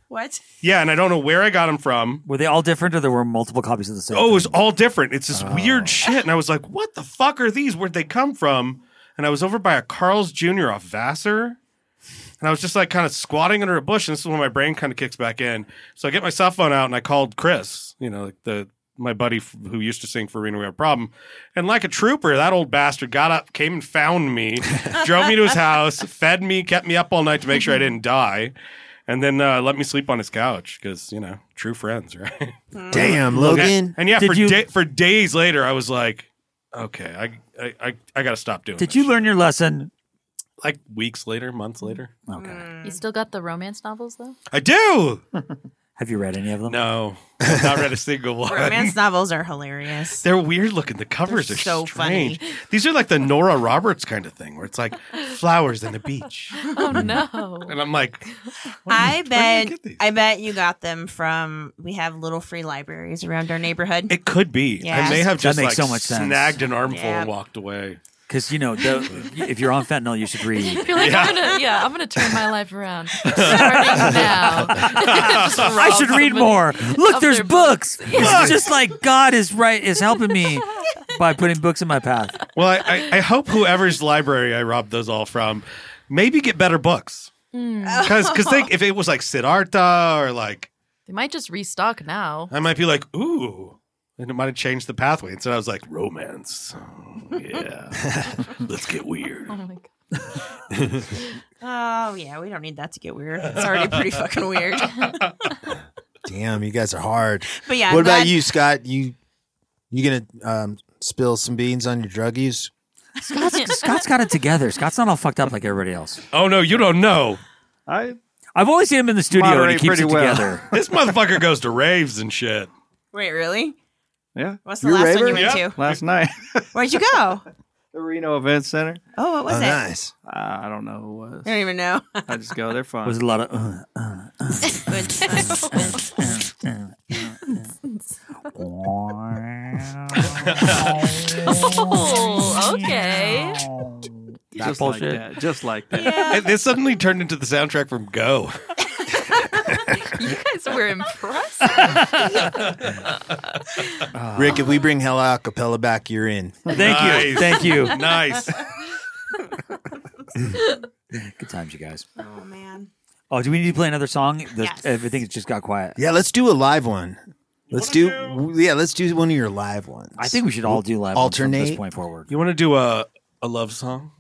Speaker 2: what?
Speaker 11: Yeah, and I don't know where I got them from.
Speaker 8: Were they all different, or there were multiple copies of the same? Oh.
Speaker 11: Oh, it was all different. It's this weird shit. And I was like, what the fuck are these? Where'd they come from? And I was over by a Carl's Jr. off Vassar. And I was just like kind of squatting under a bush. And this is when my brain kind of kicks back in. So I get my cell phone out and I called Chris, you know, like the my buddy f- who used to sing for Arena We Have a Problem. And like a trooper, that old bastard got up, came and found me, drove me to his house, fed me, kept me up all night to make sure I didn't die. And then uh, let me sleep on his couch because, you know, true friends, right?
Speaker 3: Damn, Logan.
Speaker 11: And, and yeah,
Speaker 8: Mm. Did
Speaker 11: for
Speaker 8: you-
Speaker 11: da- for days later, I was like, okay, I I I, I got to stop doing.
Speaker 8: Did
Speaker 11: this.
Speaker 8: you learn your lesson?
Speaker 11: like weeks later, months later?
Speaker 8: Okay.
Speaker 2: Mm.
Speaker 7: You still got the romance novels though?
Speaker 11: I do.
Speaker 8: Have you read any of them?
Speaker 11: No, I've not read a single one.
Speaker 2: Romance novels are hilarious.
Speaker 11: They're weird looking. The covers
Speaker 2: They're
Speaker 11: are
Speaker 2: so
Speaker 11: strange. These are like the Nora Roberts kind of thing, where it's like flowers and a beach,
Speaker 7: Oh no.
Speaker 11: and I'm like,
Speaker 2: I bet
Speaker 11: get these?
Speaker 2: I bet you got them from we have little free libraries around our neighborhood.
Speaker 11: it could be.
Speaker 2: Yeah.
Speaker 11: I may have
Speaker 8: That
Speaker 11: just like
Speaker 8: makes so much sense.
Speaker 11: snagged an armful
Speaker 2: Yeah.
Speaker 11: and walked away.
Speaker 8: Because you know, the, if you're on fentanyl, you should read.
Speaker 7: You're like,
Speaker 11: Yeah.
Speaker 7: I'm gonna yeah, I'm gonna turn my life around. Starting now. Just
Speaker 8: I
Speaker 7: rob
Speaker 8: should read
Speaker 7: somebody
Speaker 8: more. Look,
Speaker 7: of
Speaker 8: there's
Speaker 7: their
Speaker 8: books. It's just like God is right is helping me by putting books in my path.
Speaker 11: Well, I, I, I hope whoever's library I robbed those all from
Speaker 1: Maybe get better books
Speaker 7: Hmm.
Speaker 1: because think if it was like Siddhartha or like
Speaker 9: they might just restock now.
Speaker 1: I might be like ooh. And it might have changed the pathway. Instead, I was like, romance. Oh, yeah.
Speaker 11: Uh,
Speaker 1: Let's get weird.
Speaker 9: Oh my god.
Speaker 2: Oh yeah, we don't need that to get weird. It's already pretty fucking weird.
Speaker 3: Damn, you guys are hard.
Speaker 2: But yeah, I'm
Speaker 3: what about
Speaker 2: glad-
Speaker 3: you, Scott? You you gonna um, spill some beans on your drug use?
Speaker 8: Scott's, Scott's got it together. Scott's not all fucked up like everybody else.
Speaker 1: Oh, no, you don't know.
Speaker 10: I
Speaker 8: I've only seen him in the studio and he
Speaker 1: Moderate
Speaker 8: keeps
Speaker 1: pretty
Speaker 8: it
Speaker 1: well.
Speaker 8: together.
Speaker 1: This motherfucker goes to raves and shit.
Speaker 2: Wait, really?
Speaker 10: Yeah.
Speaker 2: What's the last one you went to?
Speaker 10: Last night,
Speaker 2: Where'd you go?
Speaker 10: the Reno Event Center.
Speaker 2: Oh, what was it?
Speaker 10: Uh, I don't know who it was.
Speaker 2: I don't even know.
Speaker 10: I just go. They're fun.
Speaker 8: Was a lot of. Uh, uh, uh,
Speaker 9: Oh, okay.
Speaker 10: just
Speaker 8: bullshit.
Speaker 10: like that. Just like that.
Speaker 1: It- This suddenly turned into the soundtrack from Go.
Speaker 9: You guys were impressive.
Speaker 3: Rick, if we bring Hella Acapella back, you're in.
Speaker 8: Thank you. Thank you.
Speaker 1: Nice.
Speaker 8: Good times, you guys.
Speaker 2: Oh man.
Speaker 8: Oh, do we need to play another song? The, Everything just got quiet.
Speaker 3: Yeah, let's do a live one. Let's do, yeah, let's do one of your live ones.
Speaker 8: I think we should all do live ones
Speaker 3: alternate.
Speaker 8: from this point forward.
Speaker 1: You want to do a, a love song?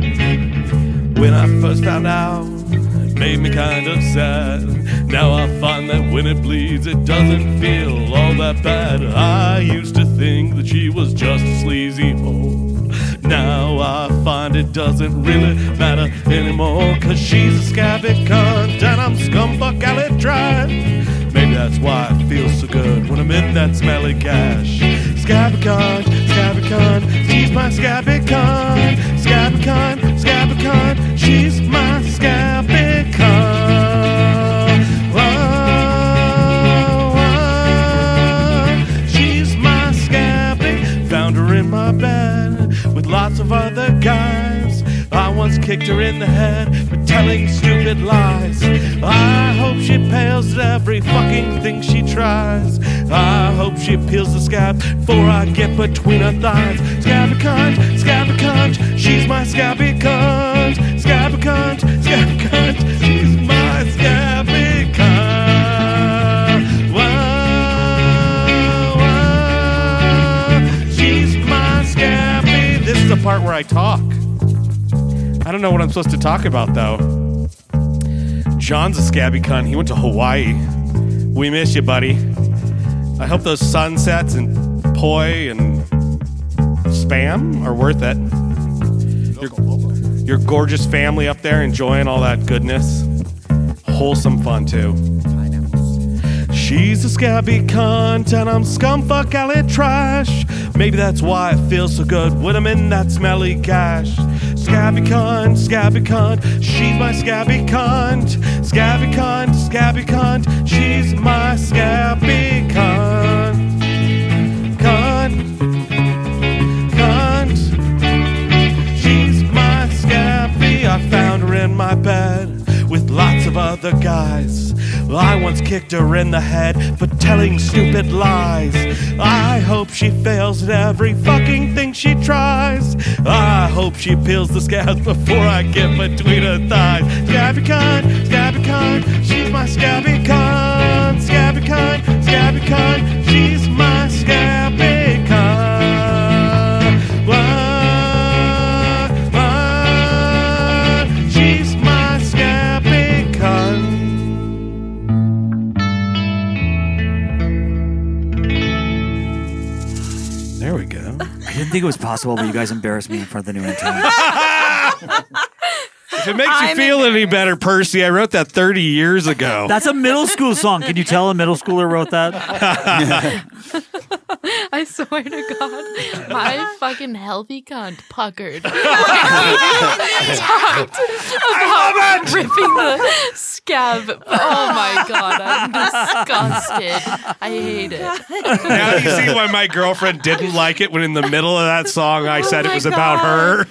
Speaker 1: When I first found out, it made me kind of sad. Now I find that when it bleeds, it doesn't feel all that bad. I used to think that she was just a sleazy old. Now I find it doesn't really matter anymore. Cause she's a scabby cunt and I'm scumfuck alley tried. Maybe that's why it feels so good when I'm in that smelly cash. Scabby cunt, scabby cunt, she's my scabby cunt. Scabby cunt, scabby cunt, she's my scabby cunt. Whoa, whoa, she's my scabby. Found her in my bed with lots of other guys. I once kicked her in the head for telling stupid lies. I hope she pales at every fucking thing she tries. I hope she peels the scab before I get between her thighs. Scabby cunt, scabby cunt, she's my scabby cunt. Scabby cunt, scabby cunt, she's my scabby cunt. Whoa, whoa, she's my scabby. This is the part where I talk. I don't know what I'm supposed to talk about though. John's a scabby cunt. He went to Hawaii. We miss you, buddy. I hope those sunsets and poi and spam are worth it. Your, your gorgeous family up there enjoying all that goodness. Wholesome fun too. She's a scabby cunt and I'm scumfuck alley trash. Maybe that's why it feels so good when I'm in that smelly gash. Scabby cunt, scabby cunt, she's my scabby cunt. Scabby cunt, scabby cunt, she's my scabby cunt. Cunt, cunt. She's my scabby. I found her in my bed with lots of other guys. I once kicked her in the head for telling stupid lies. I hope she fails at every fucking thing she tries. I hope she peels the scabs before I get between her thighs. Scabby cunt, scabby cunt, she's my scabby cunt. Scabby cunt, scabby cunt, she's my scabby cunt. Wah, wah, she's my scabby cunt. There we go.
Speaker 8: I didn't think it was possible, but you guys embarrassed me in front of the new intern.
Speaker 1: If it makes you feel any better, Percy, I wrote that 30 years ago.
Speaker 8: That's a middle school song. Can you tell a middle schooler wrote that?
Speaker 9: I swear to God, my fucking healthy cunt puckered. Talked about ripping the scab. Oh my God, I'm disgusted. I hate it.
Speaker 1: now you see why my girlfriend didn't like it when in the middle of that song I said it
Speaker 9: my
Speaker 1: was about her.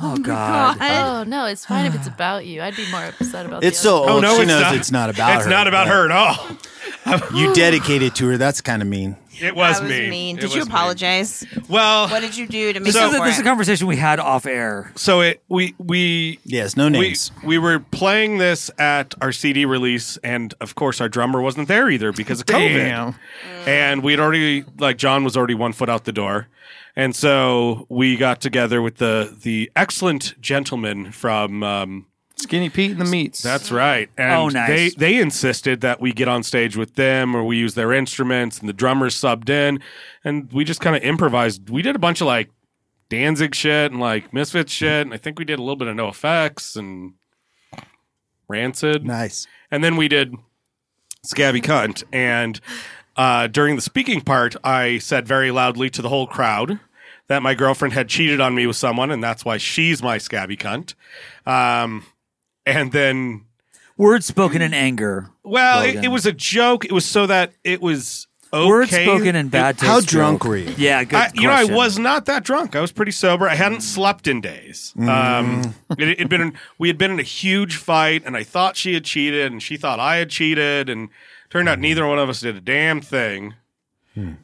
Speaker 8: Oh,
Speaker 3: God.
Speaker 7: Oh no, it's fine if it's about you. I'd be more upset about.
Speaker 3: It's
Speaker 7: the
Speaker 3: so
Speaker 7: other
Speaker 3: old. she knows it's not about
Speaker 11: Oh, it's
Speaker 3: her.
Speaker 11: not about her at all.
Speaker 3: you dedicated to her. That's kind of mean.
Speaker 11: It was,
Speaker 2: That was
Speaker 11: me.
Speaker 2: mean.
Speaker 11: It
Speaker 2: Did you
Speaker 11: was me.
Speaker 2: apologize?
Speaker 11: Well,
Speaker 2: what did you do to make
Speaker 8: This, is,
Speaker 2: up
Speaker 8: a,
Speaker 2: for
Speaker 8: this is a
Speaker 2: it?
Speaker 8: conversation we had off air.
Speaker 11: So it we we
Speaker 3: yes no names.
Speaker 11: We, we were playing this at our CD release, and of course our drummer wasn't there either because of
Speaker 10: Damn.
Speaker 11: COVID. And we had already like John was already one foot out the door, and so we got together with the the excellent gentleman from. Um,
Speaker 10: Skinny Pete and the Meats.
Speaker 11: That's right. And
Speaker 10: Oh, nice.
Speaker 11: They they insisted that we get on stage with them, or we use their instruments, and the drummer subbed in, and we just kind of improvised. We did a bunch of like Danzig shit and like Misfit shit, and I think we did a little bit of No Effects and Rancid.
Speaker 3: Nice.
Speaker 11: And then we did Scabby Cunt, and uh, during the speaking part, I said very loudly to the whole crowd. That my girlfriend had cheated on me with someone, and that's why she's my scabby cunt. Um, and then
Speaker 8: Words spoken in anger.
Speaker 11: Mm. well, it,
Speaker 8: Logan.
Speaker 11: it was a joke. It was so that it was okay.
Speaker 8: Words spoken in bad taste. joke. Yeah, good.
Speaker 11: I, you know, I
Speaker 8: question.
Speaker 11: was not that drunk. I was pretty sober. I hadn't slept in days.
Speaker 8: Mm.
Speaker 11: Um, it it had been we had been in a huge fight, and I thought she had cheated, and she thought I had cheated, and turned out neither one of us did a damn thing.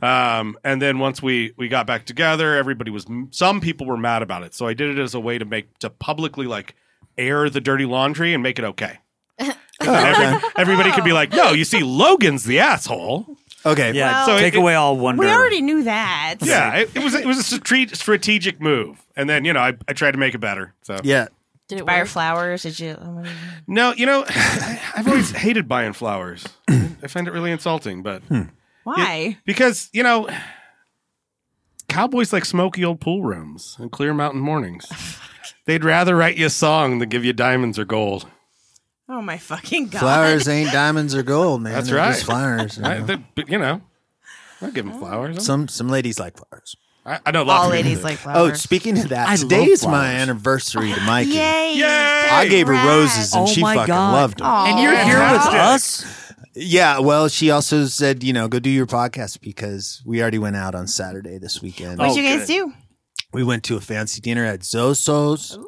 Speaker 11: Um, and then once we we got back together, everybody was some people were mad about it. So I did it as a way to make to publicly like air the dirty laundry and make it okay.
Speaker 2: Oh,
Speaker 11: Every- everybody could be like, "No, you see, Logan's the asshole."
Speaker 3: Okay,
Speaker 8: Yeah,
Speaker 11: So
Speaker 8: take
Speaker 11: it-
Speaker 8: away all wonder.
Speaker 2: We already knew that.
Speaker 11: Yeah, it, it was it was a strate- strategic move, and then you know I, I tried to make it better. So
Speaker 3: Yeah.
Speaker 2: Did it buy her flowers? Did you? oh my God.
Speaker 11: no, you know I've always hated buying flowers. I find it really insulting, but
Speaker 3: Hmm.
Speaker 2: Why?
Speaker 11: because you know cowboys like smoky old pool rooms and clear mountain mornings.
Speaker 2: Oh,
Speaker 11: They'd rather write you a song than give you diamonds or gold.
Speaker 2: Oh my fucking god!
Speaker 3: Flowers ain't diamonds or gold, man.
Speaker 11: That's
Speaker 3: They're
Speaker 11: right.
Speaker 3: Just flowers. you
Speaker 11: I-
Speaker 3: know.
Speaker 11: they- but, you know, I give them flowers.
Speaker 3: Some some ladies like flowers.
Speaker 11: I, I know
Speaker 2: Oh.
Speaker 11: lots
Speaker 2: All
Speaker 11: of people
Speaker 2: ladies
Speaker 11: do.
Speaker 2: like
Speaker 3: Oh,
Speaker 2: flowers.
Speaker 3: speaking of that,
Speaker 8: I
Speaker 3: today
Speaker 8: love
Speaker 3: is my
Speaker 8: flowers.
Speaker 3: anniversary to Mikey.
Speaker 2: Yay! Yay!
Speaker 3: I gave her roses and
Speaker 8: Oh
Speaker 3: she
Speaker 8: my
Speaker 3: fucking
Speaker 8: God.
Speaker 3: loved them.
Speaker 8: And you're here with us.
Speaker 3: Yeah, well, she also said, you know, go do your podcast because we already went out on Saturday this weekend.
Speaker 2: What'd
Speaker 11: Oh,
Speaker 2: you guys do?
Speaker 3: We went to a fancy dinner at Zoso's.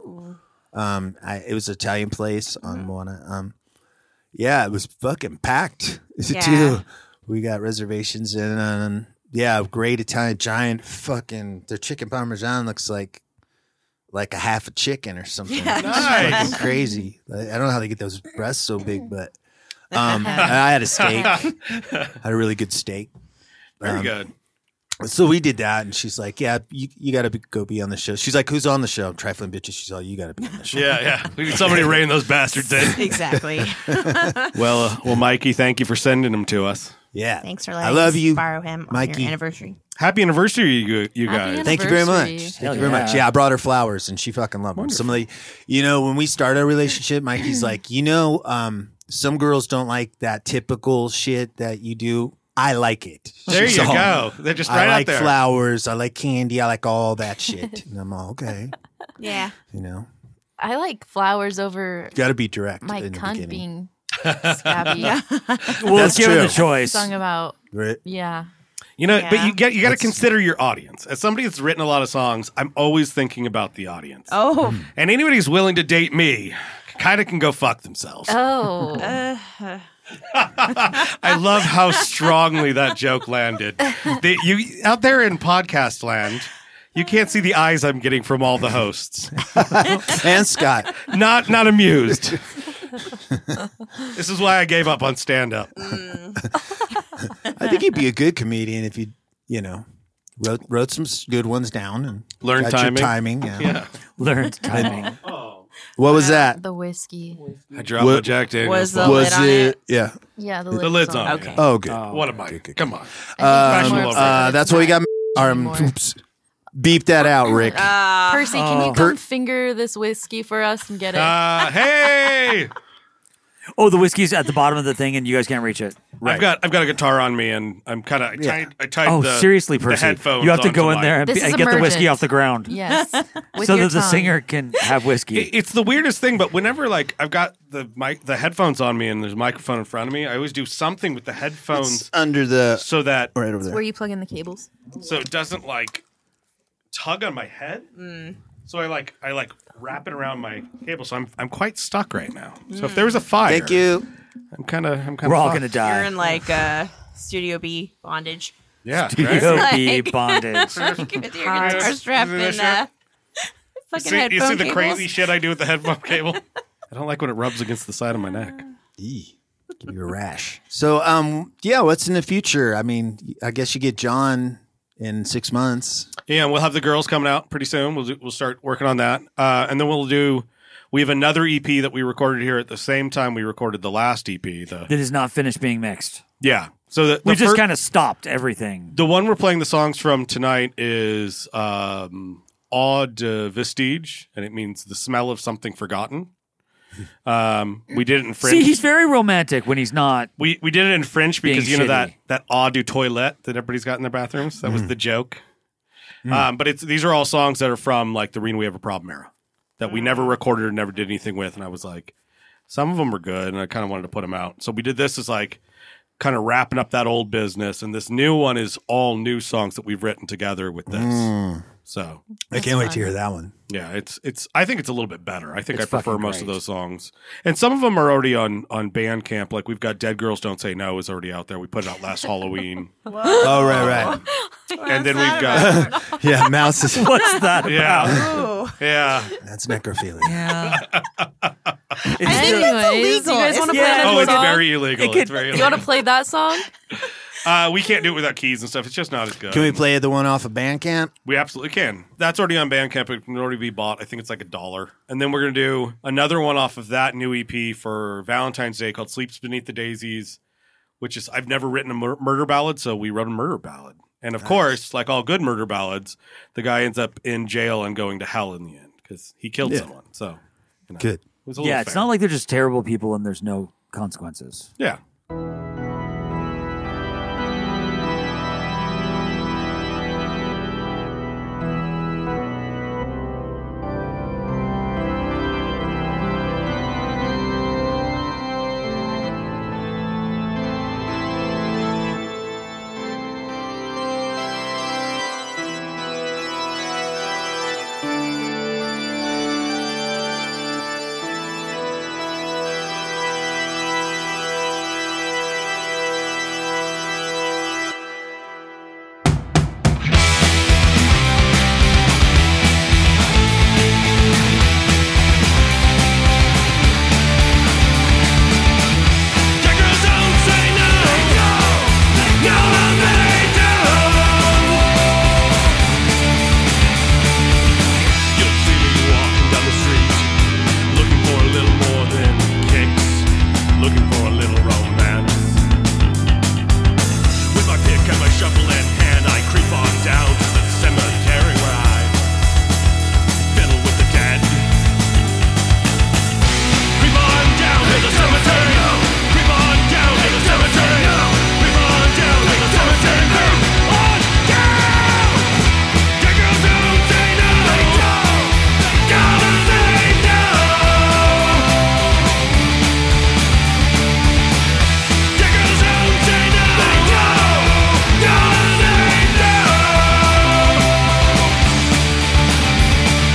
Speaker 3: Um, I, it was an Italian place on Moana. Um, yeah, it was fucking packed
Speaker 2: Yeah.
Speaker 3: too. We got reservations in. Um, yeah, great Italian giant fucking. Their chicken parmesan looks like like a half a chicken or something.
Speaker 2: Yeah.
Speaker 3: It's
Speaker 11: Nice.
Speaker 3: fucking crazy. Like, I don't know how they get those breasts so big, but um, I had a steak. I had a really good steak.
Speaker 11: Very
Speaker 3: Um,
Speaker 11: good.
Speaker 3: so we did that, and she's like, "Yeah, you, you got to be, go be on the show." She's like, "Who's on the show?" I'm trifling bitches. She's all, "You got to be on the show."
Speaker 11: Yeah, yeah. We need somebody to rein those bastards in.
Speaker 2: Exactly.
Speaker 11: Well, uh, well, Mikey, thank you for sending them to us.
Speaker 3: yeah.
Speaker 2: Thanks for letting
Speaker 3: I love
Speaker 2: us
Speaker 3: you,
Speaker 2: borrow him on
Speaker 3: Mikey.
Speaker 2: your anniversary.
Speaker 11: Happy anniversary, you, you
Speaker 7: Happy
Speaker 11: guys.
Speaker 7: anniversary.
Speaker 3: Thank you very much.
Speaker 7: Anniversary.
Speaker 3: Thank
Speaker 8: Hell
Speaker 3: you very much.
Speaker 8: yeah.
Speaker 3: Yeah, I brought her flowers, and she fucking loved them. Some of the, you know, when we start our relationship, Mikey's like, you know, um, some girls don't like that typical shit that you do. I like it.
Speaker 11: There
Speaker 3: She's
Speaker 11: you
Speaker 3: all,
Speaker 11: go. They're just right
Speaker 3: I
Speaker 11: out
Speaker 3: like
Speaker 11: there.
Speaker 3: flowers. I like candy. I like all that shit. and I'm all okay.
Speaker 2: Yeah.
Speaker 3: You know,
Speaker 7: I like flowers over
Speaker 3: got to be direct.
Speaker 7: my
Speaker 3: in the
Speaker 7: cunt
Speaker 3: beginning.
Speaker 7: being scabby.
Speaker 8: Well,
Speaker 3: That's
Speaker 8: given
Speaker 3: true.
Speaker 8: the choice.
Speaker 7: Sung about
Speaker 3: Right?
Speaker 7: yeah.
Speaker 11: You know, but
Speaker 2: Yeah.
Speaker 11: you get you got to
Speaker 3: That's-
Speaker 11: consider your audience. As somebody that's written a lot of songs, I'm always thinking about the audience.
Speaker 2: Oh.
Speaker 11: And anybody who's willing to date me, kind of can go fuck themselves.
Speaker 7: Oh,
Speaker 11: I love how strongly that joke landed. They, you out there in podcast land, you can't see the eyes I'm getting from all the hosts.
Speaker 3: And Scott.
Speaker 11: Not not amused. this is why I gave up on stand up.
Speaker 3: I think he'd be a good comedian if you, you know, wrote wrote some s- good ones down and
Speaker 11: Learned
Speaker 3: got
Speaker 11: timing.
Speaker 3: Your timing, yeah.
Speaker 8: Learned timing.
Speaker 11: Oh.
Speaker 3: What was that?
Speaker 7: the whiskey.
Speaker 11: I dropped
Speaker 3: What-
Speaker 11: the Jack Daniels.
Speaker 2: Was the
Speaker 11: bottle.
Speaker 2: lid on it?
Speaker 3: Yeah.
Speaker 7: Yeah, the,
Speaker 11: the lid's on?
Speaker 2: Okay.
Speaker 11: it.
Speaker 3: Oh, good.
Speaker 11: What am I? Come on.
Speaker 3: Um,
Speaker 11: Professional over
Speaker 3: uh,
Speaker 11: here.
Speaker 3: that's what we got. Um,
Speaker 7: Anymore.
Speaker 3: oops. Beep that out, Rick.
Speaker 7: Percy, can you
Speaker 8: Oh.
Speaker 7: come
Speaker 3: Per-
Speaker 7: finger this whiskey for us and get it?
Speaker 8: Ah.
Speaker 11: Uh, hey,
Speaker 8: Oh, the whiskey's at the bottom of the thing, and you guys can't reach it.
Speaker 11: I've got I've got a guitar on me, and I'm kind of I tied, I tied
Speaker 8: Oh,
Speaker 11: the,
Speaker 8: seriously,
Speaker 11: the
Speaker 8: Percy,
Speaker 11: headphones
Speaker 8: you have to
Speaker 11: onto
Speaker 8: go in
Speaker 11: my-
Speaker 8: there and,
Speaker 7: This
Speaker 8: be-
Speaker 7: is
Speaker 8: and get the whiskey
Speaker 7: emergent.
Speaker 8: off the ground,
Speaker 7: yes, with
Speaker 8: so
Speaker 7: your
Speaker 8: that the
Speaker 7: tongue.
Speaker 8: singer can have whiskey.
Speaker 11: It- It's the weirdest thing, but whenever like I've got the mic, the headphones on me, and there's a microphone in front of me, I always do something with the
Speaker 3: It's
Speaker 11: headphones
Speaker 3: under the
Speaker 11: so that
Speaker 3: right over there.
Speaker 7: Where you plug in the cables?
Speaker 2: Mm.
Speaker 11: so it doesn't like tug on my head. So I like I like wrap it around my cable. So I'm I'm quite stuck right now. So
Speaker 2: Mm.
Speaker 11: if there was a fire,
Speaker 3: Thank you.
Speaker 11: I'm kind of I'm kind of
Speaker 8: We're all gonna die.
Speaker 2: You're in like uh, Studio B bondage.
Speaker 11: Yeah,
Speaker 8: Studio
Speaker 11: right?
Speaker 8: B
Speaker 2: Like-
Speaker 8: bondage.
Speaker 2: with your
Speaker 11: Hi.
Speaker 2: guitar strap
Speaker 11: Is it
Speaker 2: and
Speaker 11: this
Speaker 2: uh,
Speaker 11: You
Speaker 2: fucking
Speaker 11: see,
Speaker 2: headphone
Speaker 11: you see the
Speaker 2: cables.
Speaker 11: crazy shit I do with the headphone cable? I don't like when it rubs against the side of my neck.
Speaker 3: Give you a rash. So, um, yeah, what's in the future? I mean, I guess you get John in six months.
Speaker 11: Yeah, and we'll have the girls coming out pretty soon. We'll do, we'll start working on that, uh, and then we'll do. We have another EP that we recorded here at the same time we recorded the last EP. The
Speaker 8: that is not finished being mixed.
Speaker 11: yeah, so the, the
Speaker 8: We just
Speaker 11: fir-
Speaker 8: kind of stopped everything.
Speaker 11: the one we're playing the songs from tonight is um, "Aw de Vestige," and it means the smell of something forgotten. Um, we did it in French.
Speaker 8: See, he's very romantic when he's not.
Speaker 11: we we did it in French
Speaker 8: Being
Speaker 11: because you know that
Speaker 8: shitty.
Speaker 11: that "Aw du toilette" that everybody's got in their bathrooms. That
Speaker 3: Mm.
Speaker 11: was the joke. Um, but it's these are all songs that are from like the Reno We Have a Problem era that we
Speaker 3: Ah.
Speaker 11: never recorded or never did anything with. And I was like, some of them are good, and I kind of wanted to put them out. So we did this as like kind of wrapping up that old business, and this new one is all new songs that we've written together with this. So
Speaker 3: Mm. I can't wait to hear that one.
Speaker 11: yeah, it's it's. I think it's a little bit better. I think
Speaker 3: It's
Speaker 11: I prefer
Speaker 3: fucking
Speaker 11: most of
Speaker 3: great.
Speaker 11: those songs, and some of them are already on on Bandcamp. Like we've got "Dead Girls Don't Say No" is already out there. We put it out last Halloween.
Speaker 3: Oh, right,
Speaker 11: and then we've got
Speaker 3: right. yeah, mouse is.
Speaker 8: What's that?
Speaker 11: yeah,
Speaker 2: Ooh.
Speaker 11: yeah.
Speaker 3: That's necrophilia.
Speaker 8: Yeah.
Speaker 2: I think that's
Speaker 7: Anyways, you
Speaker 2: illegal.
Speaker 7: guys want
Speaker 2: isn't
Speaker 7: to play
Speaker 2: it?
Speaker 7: another
Speaker 11: Oh, it's
Speaker 7: song?
Speaker 11: very illegal.
Speaker 8: It could-
Speaker 11: it's very
Speaker 7: You want
Speaker 11: illegal.
Speaker 7: to play that song?
Speaker 11: Uh, we can't do it without keys and stuff. It's just not as good.
Speaker 3: Can we play the one off of Bandcamp?
Speaker 11: We absolutely can. That's already on Bandcamp. It can already be bought. I think it's like a dollar. And then we're going to do another one off of that new EP for Valentine's Day called Sleeps Beneath the Daisies, which is, I've never written a mur- murder ballad, so we wrote a murder ballad. And of course, like all good murder ballads, the guy ends up in jail and going to hell in the end because he killed
Speaker 3: Yeah.
Speaker 11: someone. So you know,
Speaker 3: Good.
Speaker 11: it was a little
Speaker 8: yeah, it's
Speaker 11: fair.
Speaker 8: not like they're just terrible people and there's no consequences.
Speaker 11: Yeah.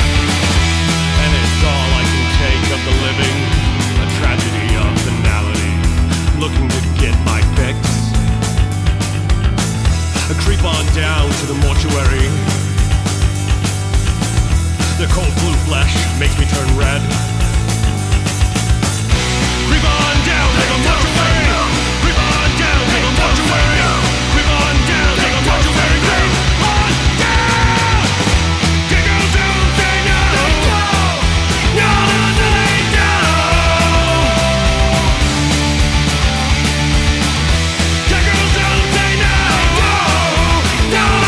Speaker 15: And it's all I can take of the living, a tragedy of finality. Looking to get my fix. I creep on down to the mortuary. The cold blue flesh makes me turn red. Creep on down to the mortuary. Creep on down to the mortuary. Creep on down to the mortuary. Creep on down. Diggers don't say no. No, they don't. Diggers don't say no. No, they don't.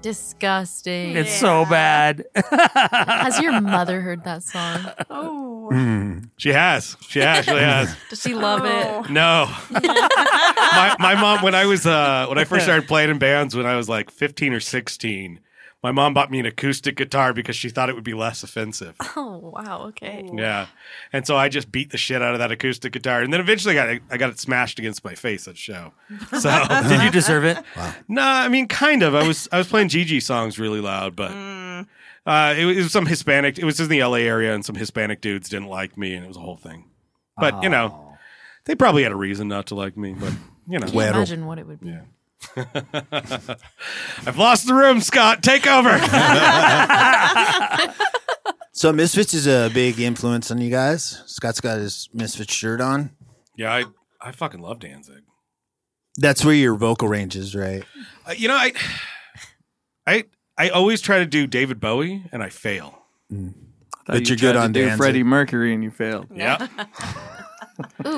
Speaker 7: Disgusting.
Speaker 8: It's so bad.
Speaker 7: Has your mother heard that song?
Speaker 2: Oh.
Speaker 11: She has. She actually has.
Speaker 7: Does she love it?
Speaker 11: No. my, my mom, when I was, uh, when I first started playing in bands when I was like 15 or 16, my mom bought me an acoustic guitar because she thought it would be less offensive.
Speaker 7: Oh wow. Okay.
Speaker 11: Yeah. And so I just beat the shit out of that acoustic guitar. And then eventually I got it, I got it smashed against my face at a show. So
Speaker 8: Did you deserve it?
Speaker 11: No, I mean, kind of. I was I was playing Gigi songs really loud, but
Speaker 8: Mm.
Speaker 11: uh, it, was, it was some Hispanic. It was in the LA area, and some Hispanic dudes didn't like me, and it was a whole thing. But you know, they probably had a reason not to like me. But you know,
Speaker 7: Can you imagine what it would be?
Speaker 11: I've lost the room, Scott. Take over.
Speaker 3: So Misfits is a big influence on you guys. Scott's got his Misfits shirt on.
Speaker 11: yeah, I I fucking love Danzig.
Speaker 3: That's where your vocal range is, right?
Speaker 11: Uh, you know, I I I always try to do David Bowie, and I fail.
Speaker 10: Thought you tried to do Freddie Mercury and you failed.
Speaker 11: Yeah.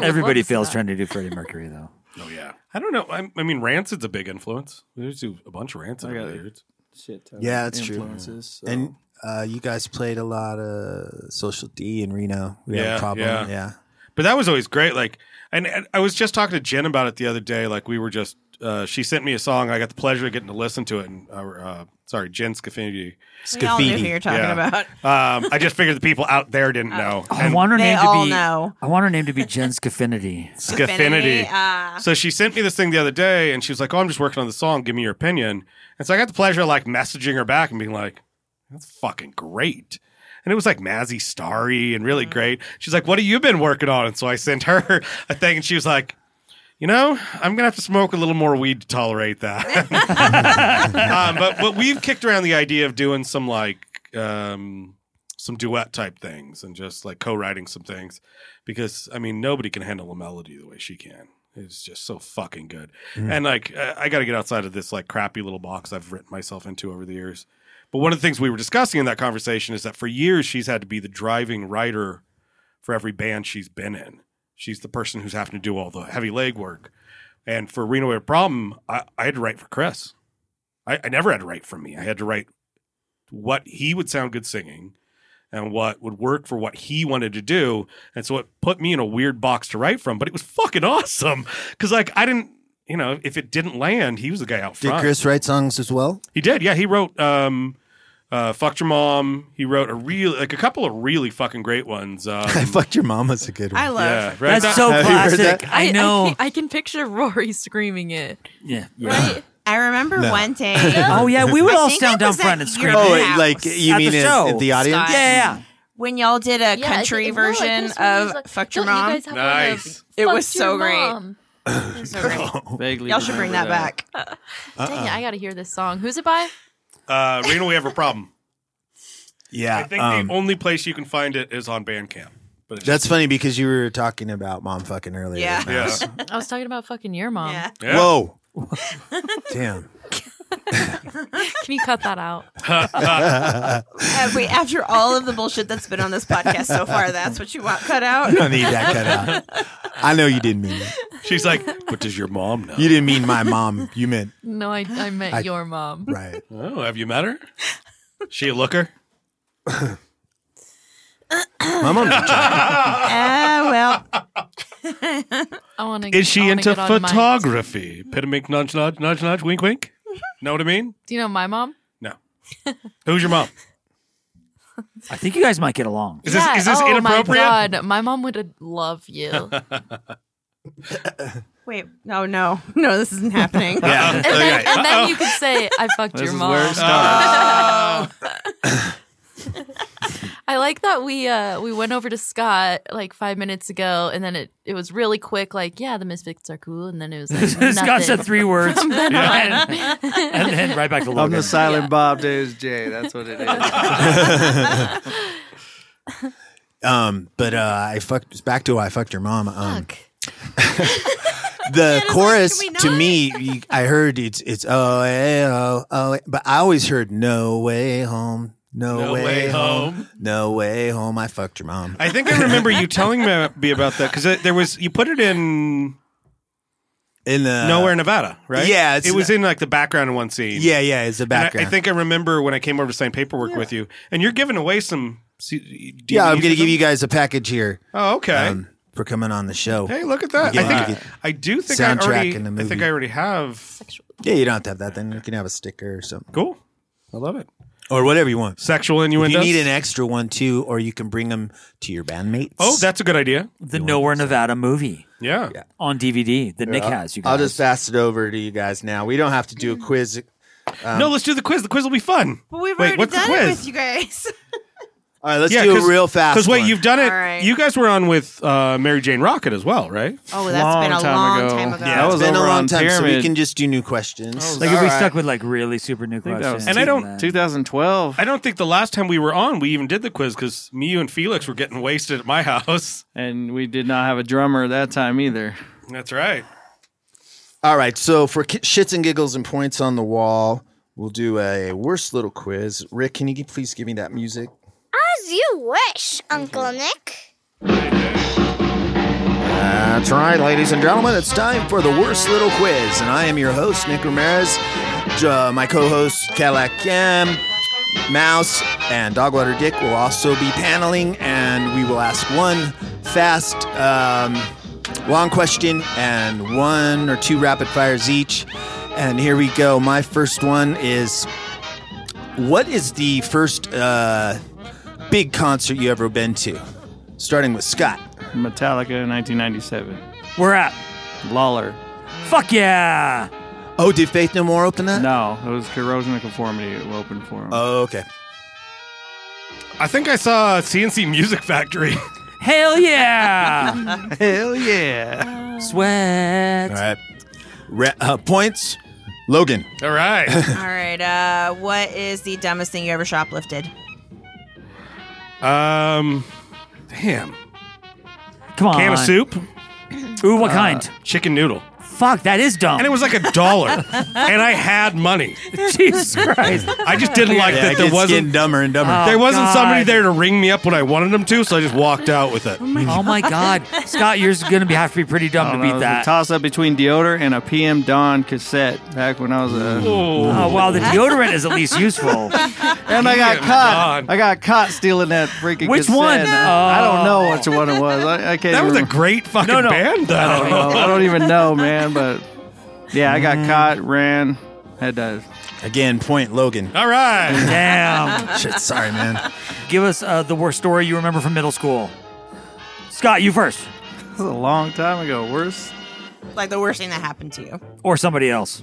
Speaker 8: Everybody fails trying to do Freddie Mercury though.
Speaker 11: Oh yeah. I don't know. I, I mean, Rancid's a big influence. There's a bunch of Rancid over the years.
Speaker 10: Shit. ton
Speaker 3: Yeah,
Speaker 10: of
Speaker 3: that's true.
Speaker 10: influences, so-
Speaker 3: And uh, you guys played a lot of Social D in Reno. We had a problem. Yeah.
Speaker 11: But that was always great. Like, and, and I was just talking to Jen about it the other day. Like, we were just, uh, she sent me a song. I got the pleasure of getting to listen to it. And, uh, uh, sorry, Jen Scafidi.
Speaker 2: We all knew who Scafidi. you were talking Uh,
Speaker 11: about. um, I just figured the people out there didn't know.
Speaker 8: I want her
Speaker 2: They
Speaker 8: name to
Speaker 2: all
Speaker 8: be.
Speaker 2: know.
Speaker 8: I want her name to be Jen Scaffinity.
Speaker 11: Scaffinity.
Speaker 2: ah.
Speaker 11: So she sent me this thing the other day and she was like, Oh, I'm just working on the song. Give me your opinion. And so I got the pleasure of like messaging her back and being like, That's fucking great. And it was like Mazzy Starry and really great. She's like, What have you been working on? And so I sent her a thing and she was like, you know, I'm gonna have to smoke a little more weed to tolerate that. um, but but we've kicked around the idea of doing some like um, some duet type things and just like co-writing some things because I mean nobody can handle a melody the way she can. It's just so fucking good.
Speaker 15: Mm.
Speaker 11: And like I, I got to get outside of this like crappy little box I've written myself into over the years. But one of the things we were discussing in that conversation is that for years she's had to be the driving writer for every band she's been in. She's the person who's having to do all the heavy legwork. And for Reno Air Problem, I, I had to write for Chris. I, I never had to write for me. I had to write what he would sound good singing and what would work for what he wanted to do. And so it put me in a weird box to write from, but it was fucking awesome. Cause like I didn't, you know, if it didn't land, he was the guy out
Speaker 3: Did
Speaker 11: front.
Speaker 3: Chris write songs as well?
Speaker 11: He did. Yeah, he wrote um uh Fucked Your Mom. He wrote a real like a couple of really fucking great ones. Um,
Speaker 3: I fucked your mom was a good one.
Speaker 11: I love- Yeah, right?
Speaker 8: That's so
Speaker 11: Have you heard that?
Speaker 8: classic. I know.
Speaker 7: I, can, I can picture Rory screaming it.
Speaker 8: yeah.
Speaker 2: I remember
Speaker 3: No.
Speaker 2: one day.
Speaker 8: Oh yeah, we would
Speaker 2: I
Speaker 8: all
Speaker 2: think
Speaker 8: stand
Speaker 2: I
Speaker 8: down
Speaker 2: was
Speaker 8: front
Speaker 2: at
Speaker 8: and
Speaker 2: your
Speaker 8: scream.
Speaker 3: Oh, wait,
Speaker 2: house.
Speaker 3: like you
Speaker 8: At the
Speaker 3: mean in-
Speaker 8: show.
Speaker 3: in the audience?
Speaker 2: Scott.
Speaker 8: Yeah, yeah.
Speaker 2: When y'all did a
Speaker 7: Yeah, I
Speaker 2: country
Speaker 7: think- no, I think
Speaker 2: version
Speaker 7: it's when he was
Speaker 2: of
Speaker 7: like,
Speaker 2: "Fuck Your
Speaker 7: "Don't you
Speaker 2: Mom,"
Speaker 7: guys have one of Nice.
Speaker 2: it
Speaker 7: Fuck
Speaker 2: was so
Speaker 7: Your
Speaker 2: great.
Speaker 7: Mom?
Speaker 2: It was so great.
Speaker 10: Vaguely
Speaker 2: Y'all should bring that,
Speaker 10: remember
Speaker 2: back.
Speaker 3: Uh-uh.
Speaker 7: Dang it, I gotta hear this song. Who's it by?
Speaker 11: uh Reno We Have a Problem.
Speaker 3: Yeah.
Speaker 11: I think
Speaker 3: um,
Speaker 11: the only place you can find it is on Bandcamp. But it's
Speaker 3: that's funny because you were talking about mom fucking earlier.
Speaker 11: Yeah. Yeah.
Speaker 3: Mouse.
Speaker 7: I was talking about fucking your mom.
Speaker 11: Yeah.
Speaker 3: Whoa. Damn.
Speaker 7: Can you cut that out?
Speaker 3: I
Speaker 2: Uh, wait, after all of the bullshit that's been on this podcast so far, that's what you want cut out?
Speaker 3: don't need that cut out. I know you didn't mean it.
Speaker 11: She's like, what does your mom know?
Speaker 3: You didn't mean my mom. You meant
Speaker 7: No, I, I meant
Speaker 3: I-
Speaker 7: your mom.
Speaker 3: right.
Speaker 11: Oh, have you met her? She a looker?
Speaker 3: My mom's a child.
Speaker 2: Ah, well.
Speaker 7: I want to.
Speaker 11: Is she into photography? Pitamink nudge nudge nudge nudge wink wink. know what I mean?
Speaker 7: Do you know my mom?
Speaker 11: No. Who's your mom?
Speaker 8: I think you guys might get along.
Speaker 11: Is this- is this
Speaker 7: oh
Speaker 11: inappropriate?
Speaker 7: My, God. my mom would love you.
Speaker 2: wait, no, no, no, this isn't happening.
Speaker 3: Yeah.
Speaker 7: And then,
Speaker 3: Okay.
Speaker 7: and then
Speaker 3: Uh-oh.
Speaker 7: you could say, I fucked
Speaker 3: This
Speaker 7: your
Speaker 3: is
Speaker 7: mom.
Speaker 3: where it starts.
Speaker 2: Oh.
Speaker 7: I like that we uh we went over to Scott like five minutes ago and then it, it was really quick, like, yeah, the Misfits are cool, and then it was like
Speaker 8: Scott said
Speaker 7: nothing.
Speaker 8: three words,
Speaker 7: From then
Speaker 8: Yeah.
Speaker 7: on.
Speaker 8: and then right back to
Speaker 10: I'm
Speaker 8: Logan.
Speaker 10: the silent Bob Davis J. That's what it is.
Speaker 3: Um, but uh, I fucked back to I fucked your mom. Um, the chorus to me, you- I heard it's it's oh eh, oh oh, eh," but I always heard no way home, no,
Speaker 11: No
Speaker 3: way,
Speaker 11: way
Speaker 3: home.
Speaker 11: home.
Speaker 3: no way home. I fucked your mom.
Speaker 11: I think I remember you telling me about that because there was you put it in
Speaker 3: in uh,
Speaker 11: Nowhere, Nevada, right?
Speaker 3: Yeah, it's-
Speaker 11: it was in like the background in one scene.
Speaker 3: Yeah, yeah, it's the
Speaker 11: And I-
Speaker 3: background.
Speaker 11: I, think I remember when I came over to sign paperwork with you, and you're giving away some. C- DVDs
Speaker 3: yeah, I'm
Speaker 11: or
Speaker 3: gonna give
Speaker 11: something?
Speaker 3: you guys a package here. um,
Speaker 11: Oh, okay.
Speaker 3: for coming on the show.
Speaker 11: Hey, look at that!
Speaker 3: Yeah.
Speaker 11: I
Speaker 3: Yeah.
Speaker 11: think I do think I
Speaker 3: Soundtrack
Speaker 11: already.
Speaker 3: in the
Speaker 11: I think
Speaker 3: movie.
Speaker 11: I already have.
Speaker 3: Yeah, you don't have to have that. Then you can have a sticker or something.
Speaker 11: Cool. I love it.
Speaker 3: Or whatever you want.
Speaker 11: Sexual
Speaker 3: If you
Speaker 11: innuendos?
Speaker 3: need an extra one too, or you can bring them to your bandmates.
Speaker 8: Oh,
Speaker 11: that's a good idea.
Speaker 8: The Nowhere Nevada movie.
Speaker 11: Yeah.
Speaker 8: On DVD that Nick
Speaker 3: Yeah.
Speaker 8: has. You guys.
Speaker 3: I'll just pass it over to you guys now. We don't have to do a quiz. Um,
Speaker 11: no, let's do the quiz. The quiz will be fun.
Speaker 2: But we've
Speaker 3: Wait,
Speaker 2: already
Speaker 3: what's the
Speaker 2: done it
Speaker 3: quiz?
Speaker 2: with you guys.
Speaker 3: All right, let's do it real fast.
Speaker 11: Because wait,
Speaker 3: one.
Speaker 11: you've done it.
Speaker 2: All right.
Speaker 11: You guys were on with uh, Mary Jane Rocket as well, right?
Speaker 2: Oh, that's been a long time ago.
Speaker 3: Yeah,
Speaker 11: That
Speaker 3: it's
Speaker 11: was
Speaker 3: been a
Speaker 11: over
Speaker 3: long
Speaker 11: on
Speaker 3: time, so we
Speaker 11: Pyramid.
Speaker 3: can just do new questions.
Speaker 8: like if we stuck with like really super new
Speaker 11: think that
Speaker 8: questions.
Speaker 11: was And I don't-
Speaker 10: 2012.
Speaker 11: I don't think the last time we were on, we even did the quiz because me, you, and Felix were getting wasted at my house.
Speaker 10: And we did not have a drummer that time either.
Speaker 11: That's right.
Speaker 3: All right, so for ki- shits and giggles and points on the wall, we'll do a worst little quiz. Rick, can you g- please give me that music?
Speaker 16: As you wish, Uncle Nick.
Speaker 3: That's right, ladies and gentlemen. It's time for the worst little quiz, and I am your host, Nick Ramirez. J- uh, my co-host Cadillac Cam, Mouse, and Dogwater Dick will also be paneling, and we will ask one fast, um, long question and one or two rapid fires each. And here we go. My first one is: What is the first uh, big concert you ever been to? Starting with Scott.
Speaker 10: Metallica in 1997.
Speaker 8: We're at
Speaker 10: Lawler.
Speaker 8: Fuck yeah!
Speaker 3: Oh, did Faith No More open that?
Speaker 10: No, it was Corrosion of Conformity who opened for him.
Speaker 3: Oh, okay.
Speaker 11: I think I saw CNC Music Factory.
Speaker 8: Hell yeah!
Speaker 10: Hell yeah!
Speaker 8: Sweat.
Speaker 3: All right. Re- uh, points, Logan.
Speaker 11: All right.
Speaker 2: All right. Uh, what is the dumbest thing you ever shoplifted?
Speaker 11: Um, damn.
Speaker 8: Come on.
Speaker 11: Can of soup. Uh,
Speaker 8: Ooh, what kind?
Speaker 11: Chicken noodle.
Speaker 8: Fuck, that is dumb.
Speaker 11: And it was like a dollar, and I had money.
Speaker 8: Jesus Christ.
Speaker 11: I just didn't like
Speaker 3: Yeah,
Speaker 11: that
Speaker 3: it
Speaker 11: there
Speaker 3: gets
Speaker 11: wasn't
Speaker 3: getting dumber and dumber.
Speaker 11: there
Speaker 3: Oh,
Speaker 11: wasn't
Speaker 3: God.
Speaker 11: somebody there to ring me up when I wanted them to, so I just walked out with it.
Speaker 8: Oh my God, Scott, yours is gonna be, have to be pretty
Speaker 3: Oh,
Speaker 8: dumb to beat that.
Speaker 10: Toss up between deodor and a PM Dawn cassette back when I was a.
Speaker 8: Oh wow, the deodorant is at least useful.
Speaker 10: And I got
Speaker 8: PM
Speaker 10: caught. I got caught stealing that freaking.
Speaker 8: Which
Speaker 10: cassette.
Speaker 8: one?
Speaker 10: I don't
Speaker 8: Oh.
Speaker 10: know which one it was. I, I can't.
Speaker 11: That was a
Speaker 10: remember.
Speaker 11: great fucking No, no. band, though.
Speaker 10: I don't know. I don't even know, man. But yeah, I
Speaker 11: Mm.
Speaker 10: got caught, ran, had to.
Speaker 3: Again, point Logan.
Speaker 11: All right.
Speaker 8: Damn.
Speaker 3: Shit, sorry, man.
Speaker 8: Give us uh, the worst story you remember from middle school. Scott, you first,
Speaker 10: This is a long time ago. Worse.
Speaker 2: Like the worst thing that happened to you.
Speaker 8: or somebody else.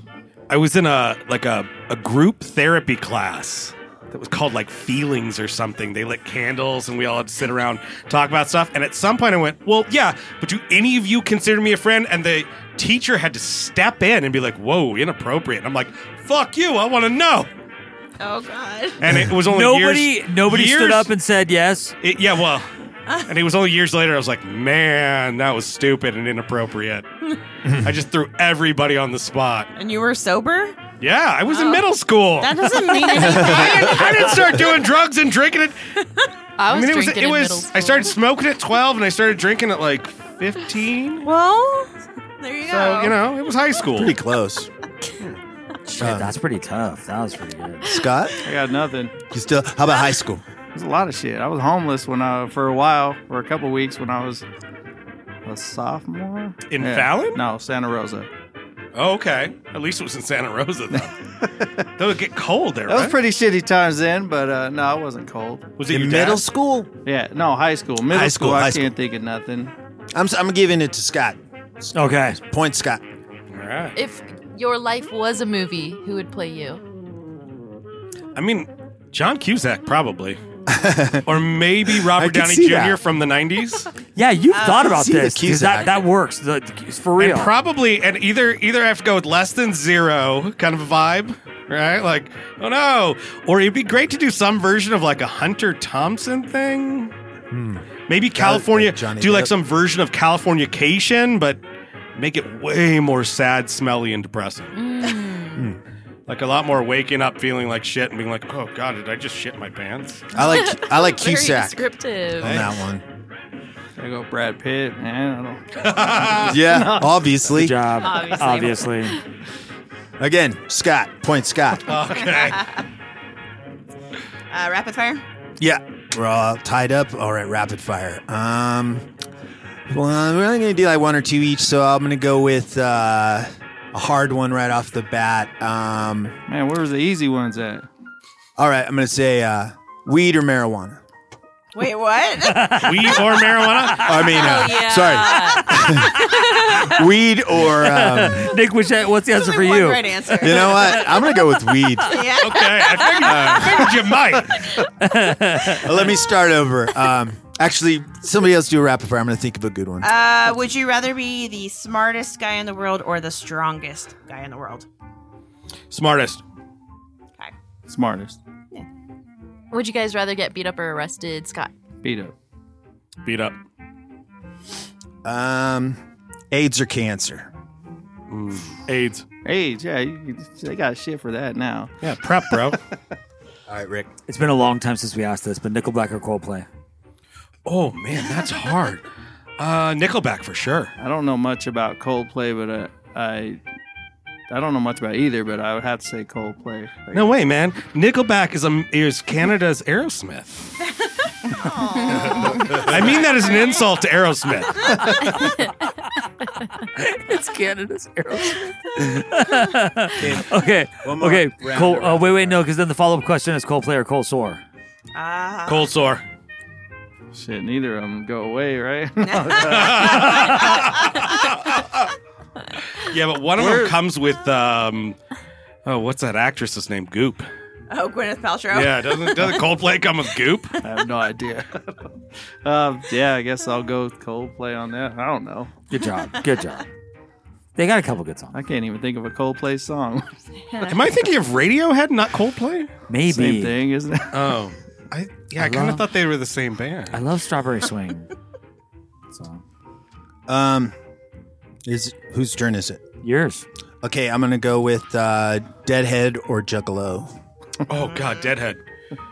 Speaker 11: I was in a like a, a group therapy class that was called like feelings or something. They lit candles and we all had to sit around talk about stuff. And at some point I went, Well, yeah, but do any of you consider me a friend? And the teacher had to step in and be like, Whoa, inappropriate. And I'm like, fuck you, I wanna know.
Speaker 2: Oh God.
Speaker 11: And it was only
Speaker 8: nobody.
Speaker 11: years-
Speaker 8: nobody stood
Speaker 11: years-
Speaker 8: up and said yes.
Speaker 11: It- yeah, well, and it was only years later. I was like, man, that was stupid and inappropriate. I just threw everybody on the spot.
Speaker 2: And you were sober?
Speaker 11: Yeah, I was in middle school.
Speaker 2: That doesn't mean
Speaker 11: I
Speaker 2: anything.
Speaker 11: didn't, I didn't start doing drugs and drinking it.
Speaker 7: I was
Speaker 11: it was.
Speaker 7: drinking
Speaker 11: it
Speaker 7: in
Speaker 11: was.
Speaker 7: middle
Speaker 11: I started smoking at twelve, and I started drinking at like fifteen.
Speaker 2: Well, there you go.
Speaker 11: So you know, it was high school.
Speaker 3: Pretty close.
Speaker 8: Shit, that's pretty tough. That was pretty good.
Speaker 3: Uh, Scott?
Speaker 10: I got nothing.
Speaker 3: You still? How about high school?
Speaker 10: There's a lot of shit. I was homeless when I for a while, for a couple weeks when I was a sophomore
Speaker 11: In
Speaker 10: Yeah.
Speaker 11: Fallon?
Speaker 10: No, Santa Rosa.
Speaker 11: Oh, okay. At least it was in Santa Rosa, though. that would get cold there.
Speaker 10: That was
Speaker 11: right?
Speaker 10: pretty shitty times then, but uh, no, I wasn't cold.
Speaker 11: Was it In your dad? middle
Speaker 3: school?
Speaker 10: Yeah, no, high school. Middle
Speaker 3: High
Speaker 10: school,
Speaker 3: school, high
Speaker 10: I can't think of nothing.
Speaker 3: I'm, s- I'm giving it to Scott.
Speaker 8: Okay.
Speaker 3: Point Scott.
Speaker 11: All right.
Speaker 7: If your life was a movie, who would play you?
Speaker 11: I mean, John Cusack probably, or maybe Robert
Speaker 8: could
Speaker 11: Downey
Speaker 8: see
Speaker 11: Jr.
Speaker 8: that.
Speaker 11: from the '90s.
Speaker 8: Yeah, you've
Speaker 11: Uh,
Speaker 8: thought about
Speaker 11: see the
Speaker 8: this 'cause
Speaker 11: Cusack.
Speaker 8: that that works. The, the- for real.
Speaker 11: And probably, and either either I have to go with less than zero kind of a vibe, right? Like, oh no. Or it'd be great to do some version of like a Hunter Thompson thing. Maybe California,
Speaker 3: Hmm. Johnny
Speaker 11: do like
Speaker 3: Depp.
Speaker 11: some version of Californication, but make it way more sad, smelly, and depressing. Like a lot more waking up feeling like shit and being like, oh god, did I just shit my pants?
Speaker 3: I like I like
Speaker 7: Very
Speaker 3: Cusack
Speaker 7: descriptive.
Speaker 3: on that one.
Speaker 10: There go Brad Pitt. Yeah,
Speaker 3: yeah, obviously.
Speaker 8: Ah. job.
Speaker 10: Obviously.
Speaker 3: Again, Scott. Point Scott.
Speaker 8: Oh.
Speaker 11: Okay.
Speaker 2: uh, rapid fire.
Speaker 3: Yeah, we're all tied up. All right, rapid fire. Um, well, we're only going to do like one or two each, so I'm going to go with uh, a hard one right off the bat. Um,
Speaker 10: Man, where was the easy ones at?
Speaker 3: All right, I'm going to say uh, weed or marijuana.
Speaker 2: Wait, what?
Speaker 11: Weed or marijuana?
Speaker 3: I mean, uh, sorry, weed or um,
Speaker 8: Nick, which, what's the answer for
Speaker 2: one
Speaker 8: you?
Speaker 2: right answer.
Speaker 3: You know what? I'm going to go with weed.
Speaker 2: Yeah.
Speaker 11: Okay, I figured, I figured you might.
Speaker 3: Let me start over. Um, actually, somebody else do a rapid fire. I'm going to think of a good one.
Speaker 2: Uh, would you rather be the smartest guy in the world or the strongest guy in the world?
Speaker 11: Smartest.
Speaker 2: Okay.
Speaker 10: Smartest.
Speaker 7: Would you guys rather get beat up or arrested, Scott?
Speaker 10: Beat up.
Speaker 11: Beat up.
Speaker 3: Um, AIDS or cancer?
Speaker 11: AIDS.
Speaker 10: AIDS, yeah. You, you- they got shit for that now.
Speaker 11: Yeah, prep, bro.
Speaker 3: All right, Rick.
Speaker 8: It's been a long time since we asked this, but Nickelback or Coldplay?
Speaker 11: Oh man, that's hard. Uh, Nickelback for sure.
Speaker 10: I don't know much about Coldplay, but uh, I I don't know much about either, but I would have to say Coldplay. Like,
Speaker 11: No way, man. Nickelback is um, is Canada's Aerosmith. I mean that as an insult to Aerosmith.
Speaker 8: it's Canada's Aerosmith. okay. Okay. Col- uh, wait, wait, no, because then the follow up question is Coldplay or Cold Sore.
Speaker 2: Uh,
Speaker 11: Cold sore.
Speaker 10: Shit, neither of them go away, right?
Speaker 11: Yeah, but one of them comes with um, oh, what's that actress's name? Goop.
Speaker 2: oh, Gwyneth Paltrow.
Speaker 11: Yeah, doesn't doesn't Coldplay come with Goop?
Speaker 10: I have no idea. um, yeah, I guess I'll go with Coldplay on that. I don't know.
Speaker 8: Good job. Good job. They got a couple good songs.
Speaker 10: I can't even think of a Coldplay song.
Speaker 11: Am I thinking of Radiohead, not Coldplay?
Speaker 8: Maybe.
Speaker 10: Same thing, isn't it?
Speaker 11: Oh, I yeah, I,
Speaker 8: I
Speaker 11: kind of
Speaker 8: love-
Speaker 11: thought they were the same band.
Speaker 8: I love Strawberry Swing. so,
Speaker 3: Um, is whose turn is it?
Speaker 8: yours.
Speaker 3: Okay, I'm gonna go with uh, Deadhead or Juggalo.
Speaker 11: oh God, Deadhead.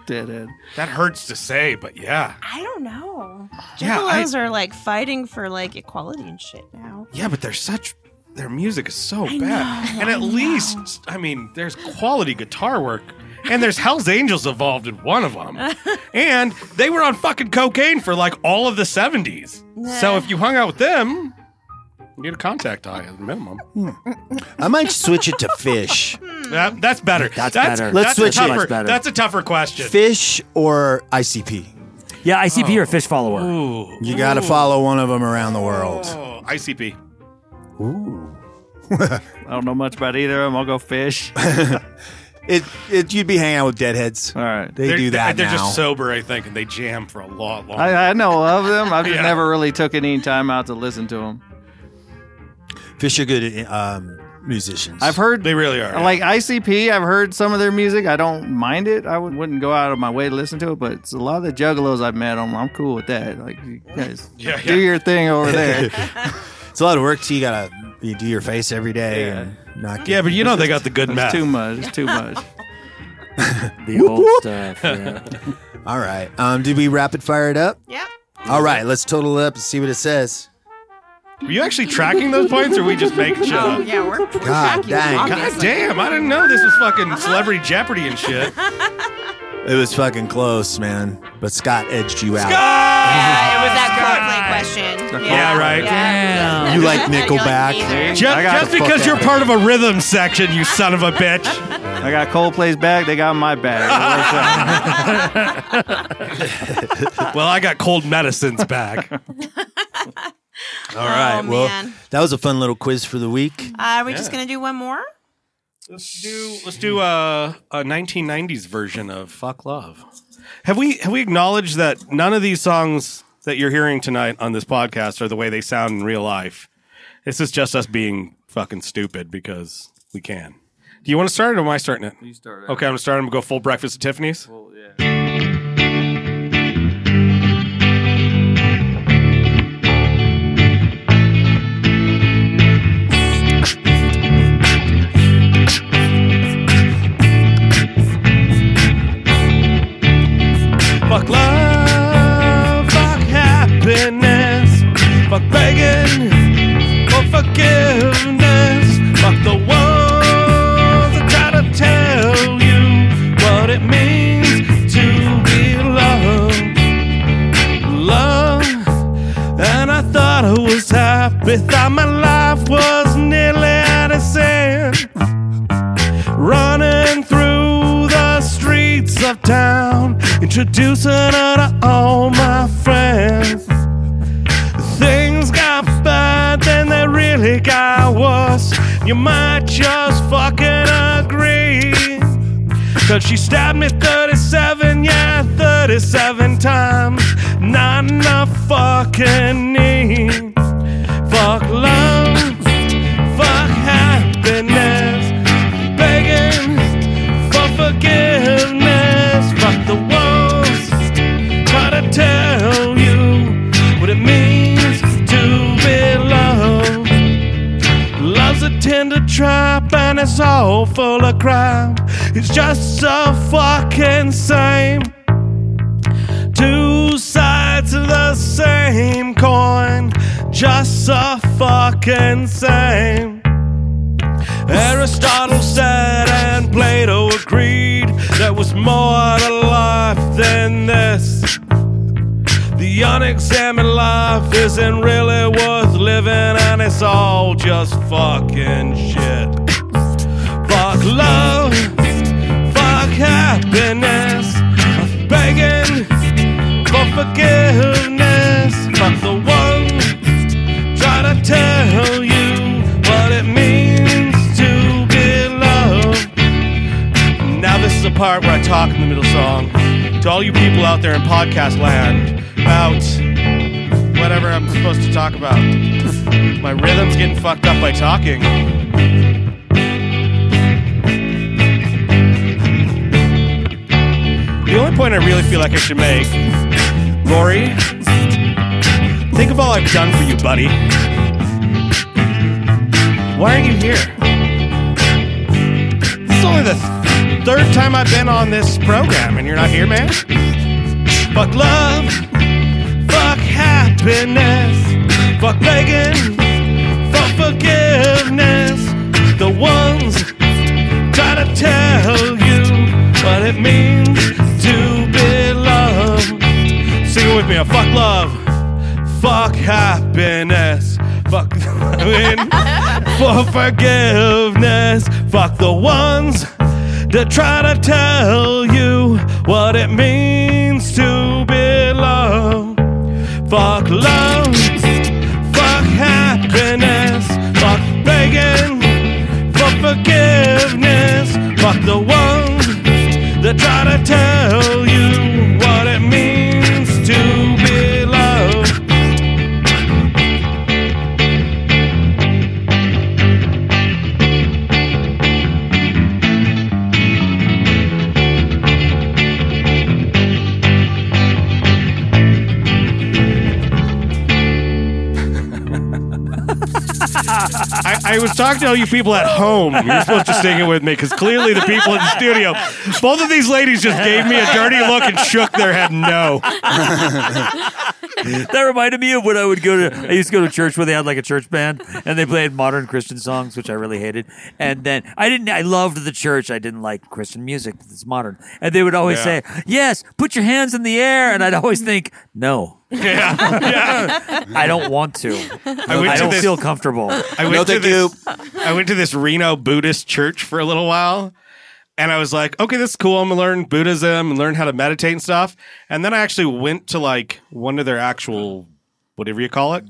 Speaker 10: Deadhead.
Speaker 11: That hurts to say, but yeah.
Speaker 2: I don't know.
Speaker 11: Yeah, I-
Speaker 2: Juggalos are like fighting for like equality and shit now.
Speaker 11: Yeah, but they're such. Their music is so
Speaker 2: I
Speaker 11: bad.
Speaker 2: know,
Speaker 11: and
Speaker 2: I
Speaker 11: at least, I mean, there's quality guitar work. And there's Hell's Angels involved in one of them. and they were on fucking cocaine for like all of the 70s. So if you hung out with them, you need a contact high at minimum.
Speaker 3: Hmm. I might switch it to fish.
Speaker 11: That- that's better.
Speaker 8: That's better.
Speaker 3: Let's
Speaker 11: that's
Speaker 3: switch it.
Speaker 11: a tougher,
Speaker 8: Much better.
Speaker 11: That's a tougher question.
Speaker 3: Fish or ICP.
Speaker 8: Yeah, ICP or Fish Follower.
Speaker 11: Oh. Ooh.
Speaker 3: You gotta follow one of them around the world.
Speaker 11: Oh, ICP.
Speaker 3: Ooh.
Speaker 10: I don't know much about either of them. I'll go fish.
Speaker 3: It, it you'd be hanging out with deadheads.
Speaker 10: All right.
Speaker 3: They
Speaker 11: They're-
Speaker 3: do that
Speaker 11: They're
Speaker 3: now.
Speaker 11: just sober, I think, and they jam for a lot longer.
Speaker 10: I, I know of them. I've just
Speaker 11: Yeah.
Speaker 10: never really took any time out to listen to them.
Speaker 3: fish are good um, musicians.
Speaker 10: I've heard
Speaker 11: they really are.
Speaker 10: like ICP. I've heard some of their music. I don't mind it. I would, wouldn't go out of my way to listen to it. But it's a lot of the juggalos I've met on. I'm cool with that. Like you guys,
Speaker 11: Yeah,
Speaker 10: do
Speaker 11: yeah.
Speaker 10: your thing over there.
Speaker 3: it's a lot of work too. You gotta you do your face every day
Speaker 10: Yeah.
Speaker 3: and not get
Speaker 11: yeah, but you know they got the good
Speaker 10: it's
Speaker 11: meth.
Speaker 10: too much. It's too much.
Speaker 8: The old stuff. yeah.
Speaker 3: All right. Um, did we rapid fire it up?
Speaker 2: Yeah.
Speaker 3: All right, let's total it up and see what it says.
Speaker 11: Were you actually tracking those points, or were we just making shit
Speaker 2: Oh
Speaker 11: up?
Speaker 2: yeah, we're we're
Speaker 3: God
Speaker 2: tracking,
Speaker 3: dang.
Speaker 11: God
Speaker 2: obviously.
Speaker 11: damn, I didn't know this was fucking Celebrity Jeopardy and shit.
Speaker 3: It was fucking close, man. But Scott edged you out.
Speaker 2: Yeah, it was that Coldplay question.
Speaker 11: Yeah, right.
Speaker 10: Um,
Speaker 8: Damn.
Speaker 3: You like
Speaker 2: I don't
Speaker 3: Nickelback.
Speaker 2: either.
Speaker 11: Ju-
Speaker 10: I got
Speaker 11: Just,
Speaker 10: the fuck
Speaker 11: because
Speaker 10: out
Speaker 11: you're
Speaker 10: of
Speaker 11: part of a rhythm section, you son of a bitch.
Speaker 10: I got Coldplay's back. They got my back.
Speaker 11: well, I got cold medicines back.
Speaker 3: All right. well,
Speaker 2: Oh, man.
Speaker 3: that was a fun little quiz for the week.
Speaker 2: Uh, are we just gonna do one more?
Speaker 11: Let's do let's do a, a 1990s version of Oh, "Fuck Love." Have we have we acknowledged that none of these songs that you're hearing tonight on this podcast are the way they sound in real life? This is just us being fucking stupid because we can. Do you want to start it or am I starting it? You
Speaker 10: start
Speaker 11: Okay, I'm gonna start. I'm gonna go full breakfast at Tiffany's. Fuck love, fuck happiness.
Speaker 1: left town, introducing her to all my friends. Things got bad, then they really got worse. You might just fucking agree. Cause she stabbed me 37, yeah, 37 times. Not enough fucking need. Fuck love, fuck happiness. Begging for forgiveness. Fuck the walls. Try to tell you what it means to be loved. Love's a tender trap and it's all full of crime. It's just so fucking same. Two sides of the same coin, just so fucking same. Aristotle said and Plato agreed there was more to life than this. The unexamined life isn't really worth living, and it's all just fucking shit. Fuck love, fuck happiness, begging for forgiveness. Fuck the one trying to tell you what it means to be loved. Now this is the part where I talk in the middle song to all you people out there in podcast land about whatever I'm supposed to talk about. My rhythm's getting fucked up by talking. The only point I really feel like I should make, Rory, think of all I've done for you, buddy. Why aren't you here? This is only the th- third time I've been on this program, and you're not here, man. Fuck love, fuck happiness, fuck begging, fuck forgiveness. The ones try to tell you what it means to be loved. Sing it with me, fuck love, fuck happiness, fuck for forgiveness. Fuck the ones that try to tell you what it means to be loved. Fuck love, fuck happiness, fuck begging for forgiveness. Fuck the ones that try to tell you what it means to be loved.
Speaker 11: I, I was talking to all you people at home. You're supposed to sing it with me because clearly the people in the studio, both of these ladies just gave me a dirty look and shook their head no.
Speaker 8: that reminded me of when I would go to. I used to go to church where they had like a church band, and they played modern Christian songs, which I really hated. And then I didn't. I loved the church. I didn't like Christian music. It's modern, and they would always
Speaker 15: Yeah.
Speaker 8: say, "Yes, put your hands in the air," and I'd always think, "No." I don't want to. I,
Speaker 11: went to
Speaker 8: don't
Speaker 11: this-
Speaker 8: feel comfortable.
Speaker 11: I went to this, I went to this Reno Buddhist church for a little while, and I was like, okay, this is cool. I'm gonna learn Buddhism and learn how to meditate and stuff. And then I actually went to like one of their actual whatever you call it.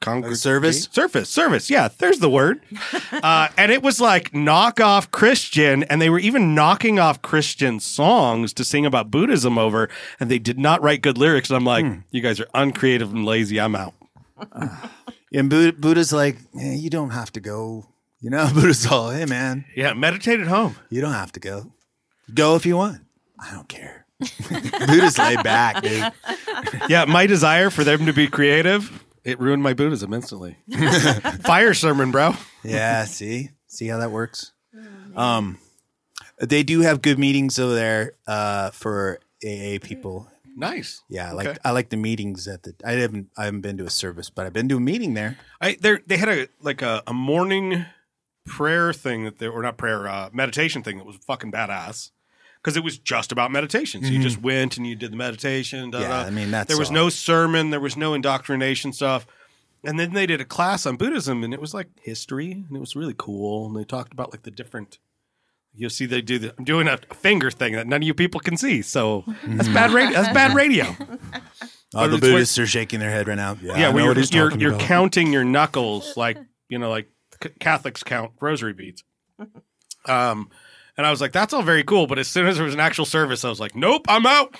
Speaker 11: Congregate service, service, service. Yeah, there's the word. uh, and it was like knockoff Christian, and they were even knocking off Christian songs to sing about Buddhism over, and they did not write good lyrics. And I'm like,
Speaker 3: Hmm.
Speaker 11: you guys are uncreative and lazy. I'm out.
Speaker 3: And Buddha, Buddha's like, eh, you don't have to go. You know, Buddha's all, hey man.
Speaker 11: Yeah, meditate at home.
Speaker 3: You don't have to go. Go if you want. I don't care. Buddha's laid back, dude.
Speaker 11: yeah, my desire for them to be creative, it ruined my Buddhism instantly. Fire sermon, bro.
Speaker 3: Yeah, see? See how that works? Um they do have good meetings over there uh for AA people.
Speaker 11: Nice.
Speaker 3: Yeah, I
Speaker 11: Okay.
Speaker 3: like uh, I like the meetings at the I haven't I haven't been to a service, but I've been to a meeting there.
Speaker 11: I they they had a like a, a morning prayer thing that they or not prayer uh, meditation thing that was fucking badass because it was just about meditation. So you
Speaker 3: Mhm.
Speaker 11: just went and you did the meditation. Da,
Speaker 3: Yeah,
Speaker 11: da.
Speaker 3: I mean, that's
Speaker 11: there was
Speaker 3: all.
Speaker 11: no sermon, there was no indoctrination stuff. And then they did a class on Buddhism, and it was like history, and it was really cool. And they talked about like the different You'll see they do. The, I'm doing a finger thing that none of you people can see. So that's bad radio. That's bad
Speaker 8: Uh,
Speaker 11: radio.
Speaker 3: All Uh, the
Speaker 11: It's where-
Speaker 3: Buddhists are shaking their head right now. Yeah,
Speaker 11: Yeah,
Speaker 3: I know
Speaker 11: where
Speaker 3: what
Speaker 11: you're
Speaker 3: he's
Speaker 11: you're,
Speaker 3: talking
Speaker 11: you're
Speaker 3: about.
Speaker 11: counting your knuckles like you know like c- Catholics count rosary beads. Um, and I was like, that's all very cool, but as soon as there was an actual service, I was like, nope, I'm out.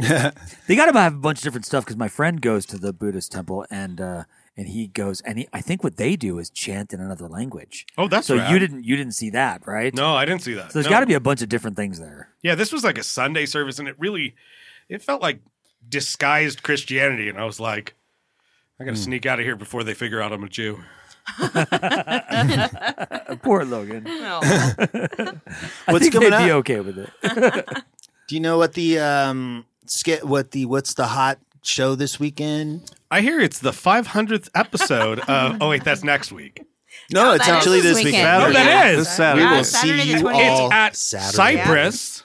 Speaker 8: they got to have a bunch of different stuff because my friend goes to the Buddhist temple and uh, and he goes and he, I think what they do is chant in another language.
Speaker 11: Oh, that's
Speaker 8: so
Speaker 11: rad.
Speaker 8: you didn't you didn't see that, right?
Speaker 11: No, I didn't see that.
Speaker 8: So there's
Speaker 11: No.
Speaker 8: got to be a bunch of different things there.
Speaker 11: Yeah, this was like a Sunday service, and it really, it felt like disguised Christianity, and I was like, I
Speaker 8: Hmm.
Speaker 11: gotta sneak out of here before they figure out I'm a Jew.
Speaker 8: Poor Logan.
Speaker 3: Aw.
Speaker 8: I
Speaker 3: What's
Speaker 8: think
Speaker 3: coming
Speaker 8: they'd be
Speaker 3: up?
Speaker 8: okay with it.
Speaker 3: Do you know what the um skit? What the what's the hot show this weekend?
Speaker 11: I hear it's the 500th episode of. Oh wait, that's next week.
Speaker 3: No, it's
Speaker 11: that
Speaker 3: actually
Speaker 11: is
Speaker 3: this
Speaker 11: this
Speaker 3: weekend.
Speaker 11: weekend. No, that is.
Speaker 3: This Saturday.
Speaker 11: Yeah,
Speaker 3: We will
Speaker 11: Saturday
Speaker 3: see
Speaker 11: the
Speaker 3: you
Speaker 11: 20th. It's
Speaker 3: all
Speaker 11: at
Speaker 3: Saturday.
Speaker 11: Cypress.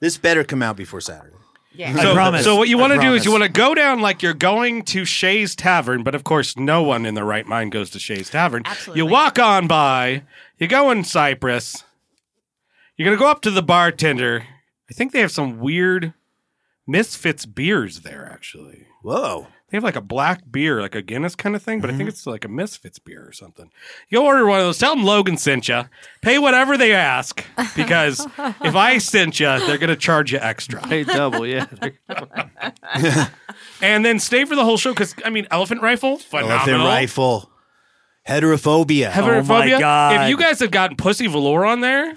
Speaker 3: This better come out before Saturday.
Speaker 2: Yeah.
Speaker 11: So, so what you want to do is you want
Speaker 3: to.
Speaker 11: to go down like you're going to Shay's Tavern, but of course, no one in their right mind goes to Shay's Tavern. You walk on by, you go in Cyprus, you're going to go up to the bartender. I think they have some weird Misfits beers there, actually.
Speaker 3: Whoa.
Speaker 11: They have like a black beer, like a Guinness kind of thing, but I think it's like a Misfits beer or something. You order one of those. Tell them Logan sent you. Pay whatever they ask because if I sent you, they're going to charge you extra.
Speaker 10: Pay double, yeah.
Speaker 11: and then stay for the whole show because I mean, Elephant Rifle, phenomenal.
Speaker 3: Elephant rifle. Heterophobia.
Speaker 10: Oh
Speaker 3: Oh
Speaker 11: Heterophobia. If you guys had gotten Pussy Velour on there,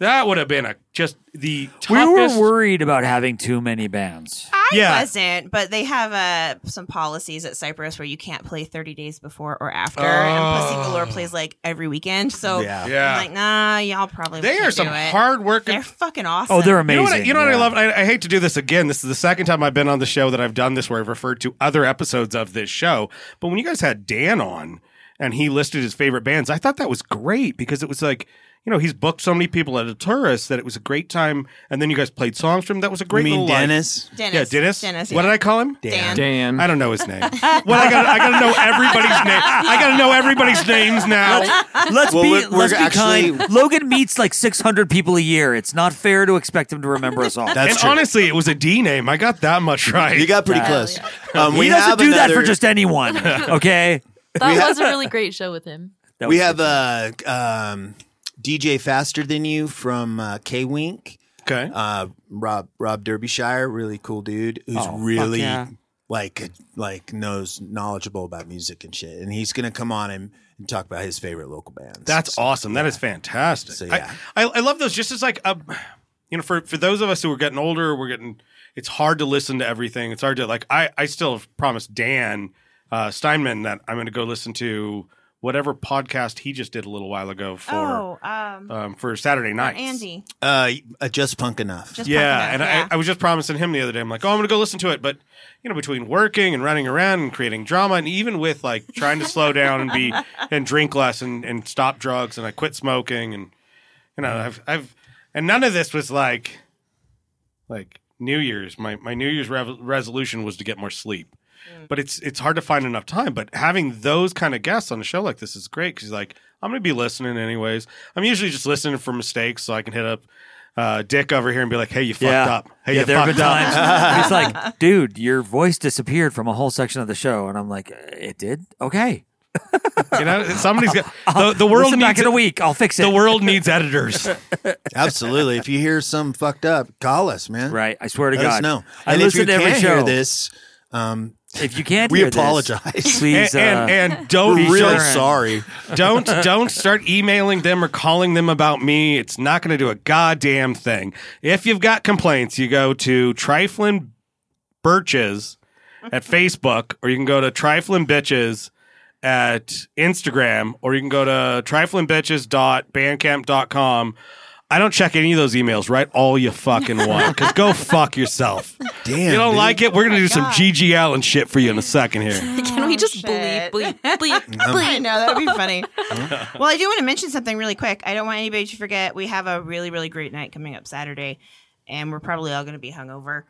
Speaker 11: that would have been a just the
Speaker 8: We
Speaker 11: toughest.
Speaker 8: were worried about having too many bands.
Speaker 2: I
Speaker 11: Yeah.
Speaker 2: wasn't, but they have uh, some policies at Cyprus where you can't play 30 days before or after. And Pussy
Speaker 11: Oh.
Speaker 2: Galore plays like every weekend. So
Speaker 11: Yeah.
Speaker 2: I'm
Speaker 11: Yeah.
Speaker 2: like, nah, y'all probably
Speaker 11: They
Speaker 2: can't
Speaker 11: are some
Speaker 2: do it.
Speaker 11: hardworking-
Speaker 2: Oh, They're fucking awesome.
Speaker 11: You know what I, you know what I love? I, I hate to do this again. This is the second time I've been on the show that I've done this where I've referred to other episodes of this show. But when you guys had Dan on and he listed his favorite bands, I thought that was great because it was like, you know, he's booked so many people at a tourist that it was a great time. And then you guys played songs from him. That was a great
Speaker 3: mean
Speaker 11: little, like-
Speaker 3: Dennis?
Speaker 2: Dennis.
Speaker 11: Yeah, Dennis.
Speaker 2: Dennis,
Speaker 11: What
Speaker 2: yeah.
Speaker 11: did I call him?
Speaker 2: Dan.
Speaker 10: Dan.
Speaker 11: I don't know his name. well, I got I got to know everybody's name. I got to know everybody's names now.
Speaker 8: Let's, let's
Speaker 11: Well,
Speaker 8: be,
Speaker 11: we're- we're
Speaker 8: let's be
Speaker 11: actually-
Speaker 8: kind. Logan meets like 600 people a year. It's not fair to expect him to remember us all.
Speaker 11: and honestly, it was a D name. I got that much right.
Speaker 8: Oh, You got pretty Um, Yeah.
Speaker 3: close.
Speaker 8: he doesn't do that for just anyone. Okay.
Speaker 7: That
Speaker 3: We have-
Speaker 7: was a really great show with him.
Speaker 3: we have uh, um, DJ Faster Than You from uh, K Wink.
Speaker 11: Okay.
Speaker 3: Uh, Rob Rob Derbyshire, really cool dude who's
Speaker 8: Oh, fuck
Speaker 3: really
Speaker 8: yeah.
Speaker 3: like like knows knowledgeable about music and shit. And he's gonna come on and, and talk about his favorite local bands.
Speaker 11: That's awesome. That is fantastic.
Speaker 3: So,
Speaker 11: I-
Speaker 3: yeah.
Speaker 11: I, I, love those. Just as like a, you know, for for those of us who are getting older, we're getting. It's hard to listen to everything. It's hard to like. I I still have promised Dan uh, Steinman that I'm going to go listen to whatever podcast he just did a little while ago for
Speaker 2: Oh, um,
Speaker 11: um, for Saturday night.
Speaker 2: Andy.
Speaker 3: Uh, uh, just punk enough.
Speaker 2: Just
Speaker 11: yeah,
Speaker 2: Punk Enough,
Speaker 11: and
Speaker 2: yeah.
Speaker 11: I, I was just promising him the other day. I'm like, oh, I'm gonna go listen to it, but you know, between working and running around and creating drama, and even with like trying to slow down and be and drink less and and stop drugs, and I quit smoking, and you know, I've I've and none of this was like like New Year's. My my New Year's rev- resolution was to get more sleep, but it's it's hard to find enough time. But having those kind of guests on a show like this is great because like I'm gonna be listening anyways. I'm usually just listening for mistakes so I can hit up. Uh, Dick over here and be like, "Hey, you fucked
Speaker 8: yeah.
Speaker 11: up. Hey,
Speaker 8: yeah,
Speaker 11: you
Speaker 8: there have
Speaker 11: fucked
Speaker 8: been times.
Speaker 11: up."
Speaker 8: He's like, dude, your voice disappeared from a whole section of the show. And I'm like, it did? Okay.
Speaker 11: you know, somebody's got the, the world
Speaker 8: Listen
Speaker 11: needs
Speaker 8: back in a week. I'll fix it.
Speaker 11: The world needs editors.
Speaker 3: Absolutely. If you hear some fucked up, call us, man.
Speaker 8: Right. I swear to
Speaker 3: Let
Speaker 8: God.
Speaker 3: Us know.
Speaker 8: I
Speaker 3: and
Speaker 8: listen
Speaker 3: if
Speaker 8: to
Speaker 3: you
Speaker 8: every
Speaker 3: can't
Speaker 8: show.
Speaker 3: Hear this. Um,
Speaker 8: if you can't
Speaker 3: we
Speaker 8: hear this,
Speaker 3: apologize.
Speaker 8: please,
Speaker 11: and, and,
Speaker 8: uh,
Speaker 11: and don't
Speaker 8: be
Speaker 11: really
Speaker 8: sure and-
Speaker 11: Don't don't start emailing them or calling them about me. It's not going to do a goddamn thing. If you've got complaints, you go to Triflin Birches at Facebook, or you can go to Triflin Bitches at Instagram, or you can go to triflinbitches.bandcamp.com. I don't check any of those emails. Write all you fucking want. Cause go fuck yourself.
Speaker 3: Damn.
Speaker 11: you don't
Speaker 3: dude.
Speaker 11: like it? We're gonna do some GG Allen shit for you in a second here.
Speaker 7: Can
Speaker 2: Oh,
Speaker 7: we just bleep, bleep, bleep,
Speaker 2: I
Speaker 7: bleep?
Speaker 2: know that would be funny. well, I do want to mention something really quick. I don't want anybody to forget we have a really, really great night coming up Saturday, and we're probably all going to be hungover,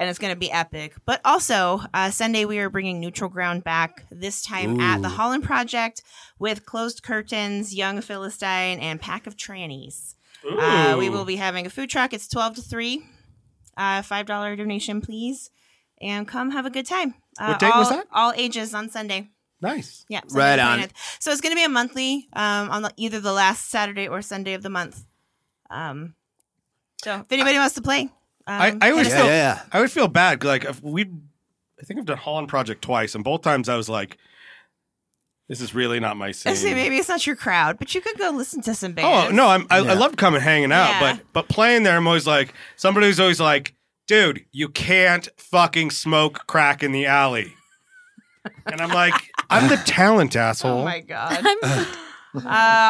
Speaker 2: and it's going to be epic. But also, uh, Sunday, we are bringing Neutral Ground back, this time at the
Speaker 17: Ooh.
Speaker 2: Holland Project with Closed Curtains, Young Philistine, and Pack of Trannies. Uh, we
Speaker 17: Ooh.
Speaker 2: will be having a food truck. It's 12 to 3. Uh, $5 donation, please. And come have a good time. Uh,
Speaker 3: What date was
Speaker 2: all-
Speaker 3: that?
Speaker 2: All ages on Sunday.
Speaker 11: Nice.
Speaker 2: Yeah.
Speaker 3: Right
Speaker 2: the
Speaker 3: on.
Speaker 2: 29th. So it's going to be a monthly um, on the, either the last Saturday or Sunday of the month. Um, so if anybody wants to play, um,
Speaker 11: I, I
Speaker 2: hit
Speaker 11: always
Speaker 2: us
Speaker 11: feel,
Speaker 2: up.
Speaker 11: I always feel bad. Like if we, I think I've done Holland Project twice, and both times I was like, "This is really not my
Speaker 2: I
Speaker 11: scene."
Speaker 2: say maybe it's not your crowd, but you could go listen to some bands.
Speaker 11: oh no, I'm, I,
Speaker 2: Yeah.
Speaker 11: I love coming hanging out,
Speaker 2: Yeah.
Speaker 11: but but playing there, I'm always like somebody's always like, "Dude, you can't fucking smoke crack in the alley," and I'm like, "I'm the talent asshole."
Speaker 2: Oh my god. Uh,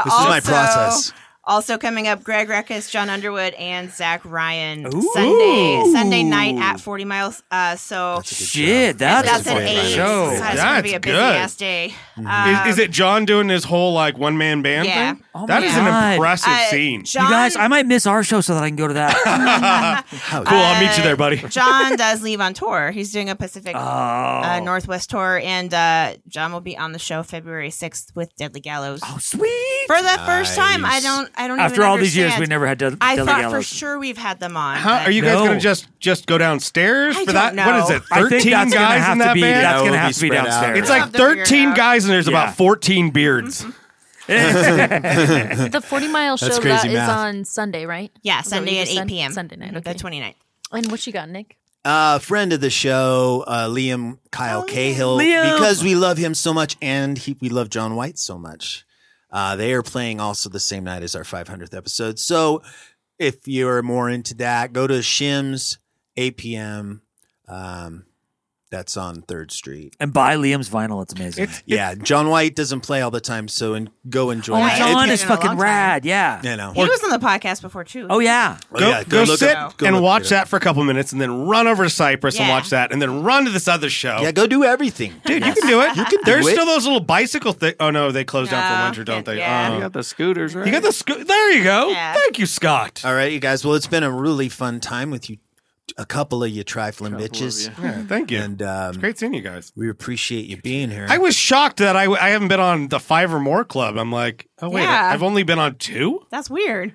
Speaker 11: This is my process.
Speaker 2: Also coming up, Greg Ruckus, John Underwood, and Zach Ryan
Speaker 8: Ooh.
Speaker 2: Sunday Sunday night at Forty Miles. Uh, so
Speaker 8: Shit, that's,
Speaker 2: that's
Speaker 8: a
Speaker 2: an
Speaker 8: great
Speaker 2: eight.
Speaker 11: show.
Speaker 2: So it's gonna be a
Speaker 11: That's
Speaker 2: busy
Speaker 11: good.
Speaker 2: ass day. Um,
Speaker 11: is, is it John doing his whole like one man band
Speaker 2: Yeah.
Speaker 11: thing?
Speaker 2: Oh
Speaker 11: that
Speaker 2: my
Speaker 11: is
Speaker 8: God.
Speaker 11: an impressive
Speaker 2: Uh,
Speaker 11: scene.
Speaker 8: You guys, I might miss our show so that I can go to that.
Speaker 11: cool. I'll meet you there, buddy.
Speaker 2: John does leave on tour. He's doing a Pacific
Speaker 8: Oh.
Speaker 2: uh, Northwest tour, and uh, John will be on the show February sixth with Deadly Gallows. Oh,
Speaker 8: sweet!
Speaker 2: For the first time, I
Speaker 8: Nice.
Speaker 2: don't. I don't.
Speaker 8: After
Speaker 2: even
Speaker 8: all these years,
Speaker 2: understand.
Speaker 8: we never had Dead-
Speaker 2: I
Speaker 8: Deadly
Speaker 2: thought for
Speaker 8: Gallows.
Speaker 2: sure we've had them on.
Speaker 11: How,
Speaker 2: but-
Speaker 11: are you guys
Speaker 8: No.
Speaker 11: going to just just go downstairs
Speaker 2: I
Speaker 11: for that?
Speaker 2: don't
Speaker 11: What is
Speaker 2: know.
Speaker 11: it?
Speaker 8: I think
Speaker 11: Thirteen
Speaker 8: that's gonna
Speaker 11: guys
Speaker 8: have
Speaker 11: in
Speaker 8: to
Speaker 11: that
Speaker 8: be-
Speaker 11: band.
Speaker 8: that's Yeah, gonna we'll have be to be spread out. downstairs.
Speaker 11: It's
Speaker 8: We'll
Speaker 11: like
Speaker 8: have to figure it
Speaker 11: thirteen
Speaker 8: out.
Speaker 11: guys and there's
Speaker 8: Yeah.
Speaker 11: about fourteen beards.
Speaker 7: the 40 mile show
Speaker 11: That's
Speaker 7: that is
Speaker 11: crazy math.
Speaker 7: on Sunday, right?
Speaker 2: Yeah,
Speaker 7: Is that what
Speaker 2: Sunday
Speaker 7: you
Speaker 2: at
Speaker 7: just
Speaker 2: 8
Speaker 7: said?
Speaker 2: p.m.
Speaker 7: Sunday night, okay.
Speaker 2: The 29th.
Speaker 7: And what you got, Nick?
Speaker 3: Uh, friend of the show, uh, Liam Kyle Cahill,
Speaker 7: Liam!
Speaker 3: because we love him so much and he, we love John White so much. Uh, they are playing also the same night as our 500th episode. So if you're more into that, go to Shims 8 p.m. Um, that's on Third Street.
Speaker 8: and buy Liam's vinyl. It's amazing.
Speaker 3: yeah, John White doesn't play all the time, so and go enjoy.
Speaker 8: Oh,
Speaker 3: that.
Speaker 8: John
Speaker 3: If-
Speaker 8: is fucking rad. Yeah.
Speaker 3: You know.
Speaker 2: He was on the podcast before too.
Speaker 3: Oh,
Speaker 11: Go,
Speaker 3: yeah,
Speaker 11: go,
Speaker 3: go look
Speaker 11: sit
Speaker 3: up- go
Speaker 11: and
Speaker 3: look
Speaker 11: watch
Speaker 3: it
Speaker 11: that for a couple minutes, and then run over to Cyprus and
Speaker 2: Yeah.
Speaker 11: watch that, and then run to this other show.
Speaker 3: Yeah, go do everything,
Speaker 11: dude. You can do it. You
Speaker 3: can do
Speaker 11: There's
Speaker 3: it.
Speaker 11: still those little bicycle thing. Oh no, they close down for winter, don't they?
Speaker 10: yeah. You
Speaker 11: Oh.
Speaker 10: got the scooters, right?
Speaker 11: You got the sco- There you go. Thank you, Scott.
Speaker 3: All right, you guys. Well, it's been a really fun time with you, a couple of you trifling bitches.
Speaker 11: you. Yeah, thank you.
Speaker 3: And um, it's
Speaker 11: great seeing you guys.
Speaker 3: We appreciate you being here.
Speaker 11: I was shocked that I, w- I haven't been on the five or more club. I'm like, oh wait,
Speaker 2: Yeah.
Speaker 11: I've only been on two.
Speaker 2: That's weird.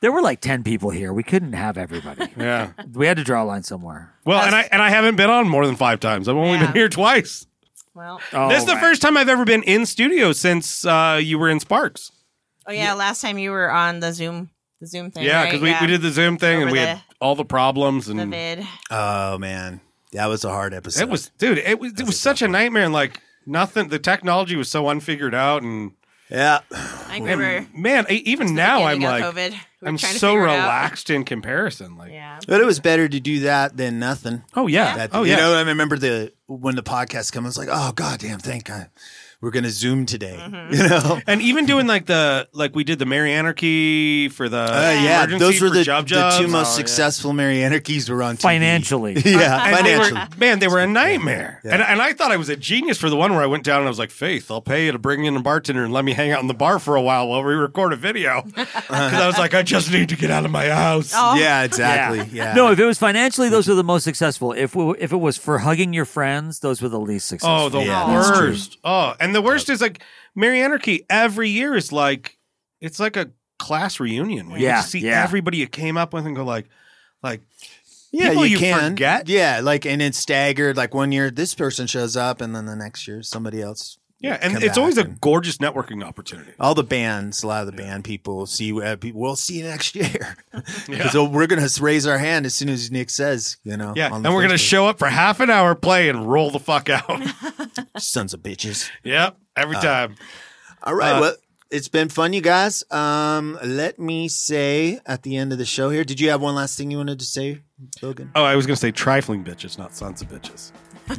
Speaker 8: There were like 10 people here. We couldn't have everybody.
Speaker 11: Yeah.
Speaker 8: We had to draw a line somewhere.
Speaker 11: Well, and I and I haven't been on more than five times. I've only been here twice.
Speaker 2: Well,
Speaker 11: this is the
Speaker 8: right.
Speaker 11: first time I've ever been in studio since uh, you were in Sparks.
Speaker 2: Oh yeah, last time you were on the Zoom, the Zoom thing.
Speaker 11: yeah,
Speaker 2: because
Speaker 11: because we, we did the Zoom thing and
Speaker 2: Over
Speaker 11: we
Speaker 2: the-
Speaker 11: had all the problems
Speaker 2: the
Speaker 11: and
Speaker 2: vid.
Speaker 3: Oh man, that was a hard episode.
Speaker 11: it was dude, it was it was such a nightmare and like nothing. The technology was so unfigured out and
Speaker 3: yeah,
Speaker 2: I remember
Speaker 11: man. e- Even now I'm
Speaker 2: beginning
Speaker 11: like
Speaker 2: of COVID. We were
Speaker 11: I'm
Speaker 2: trying to
Speaker 11: so
Speaker 2: figure it out.
Speaker 11: relaxed in comparison. Like
Speaker 2: yeah,
Speaker 3: But it was better to do that than nothing.
Speaker 11: Oh yeah.
Speaker 3: That-
Speaker 11: Oh,
Speaker 3: You
Speaker 11: yeah.
Speaker 3: know, I remember the when the podcast came, I was like, oh god damn, thank God, we're gonna Zoom today.
Speaker 2: Mm-hmm.
Speaker 3: You know.
Speaker 11: and even doing like the like we did the Merry Anarchy for the
Speaker 3: Uh, yeah,
Speaker 11: emergency
Speaker 3: those were
Speaker 11: for
Speaker 3: the,
Speaker 11: Jub
Speaker 3: the two
Speaker 11: Jubs.
Speaker 3: most
Speaker 11: Oh, yeah.
Speaker 3: successful Merry Anarchies were on TV.
Speaker 8: Financially.
Speaker 3: yeah,
Speaker 11: And they were-
Speaker 3: financially.
Speaker 11: man, they were a nightmare. And, and I thought I was a genius for the one where I went down and I was like, Faith, I'll pay you to bring in a bartender and let me hang out in the bar for a while while we record a video. Because I was like, I just need to get out of my house.
Speaker 3: Oh. Yeah, exactly. Yeah.
Speaker 8: No, if it was financially, those were the most successful. If we, if it was for hugging your friends, those were the least successful.
Speaker 11: Oh, the worst. Oh, and the worst is like Merry Anarchy every year is like, it's like a class reunion. Where
Speaker 8: Yeah,
Speaker 11: You just see
Speaker 8: yeah.
Speaker 11: everybody you came up with and go like, like,
Speaker 3: Yeah,
Speaker 11: people
Speaker 3: you,
Speaker 11: you,
Speaker 3: can.
Speaker 11: forget.
Speaker 3: Yeah, like and it's staggered. Like one year this person shows up, and then the next year somebody else.
Speaker 11: Yeah, and
Speaker 3: come
Speaker 11: it's
Speaker 3: back.
Speaker 11: always a gorgeous networking opportunity.
Speaker 3: all the bands. A lot of the band people see. Uh, pe- we'll see you next year. 'Cause we're gonna raise our hand as soon as Nick says, you know.
Speaker 11: Yeah,
Speaker 3: on
Speaker 11: and
Speaker 3: the
Speaker 11: we're gonna
Speaker 3: first
Speaker 11: show up for half an hour, play, and roll the fuck out.
Speaker 3: day. sons of bitches.
Speaker 11: yep, every
Speaker 3: Uh,
Speaker 11: time.
Speaker 3: All right.
Speaker 11: Uh,
Speaker 3: well, it's been fun, you guys. Um, let me say at the end of the show here. Did you have one last thing you wanted to say, Logan?
Speaker 11: Oh, I was gonna say trifling bitches, not sons of bitches.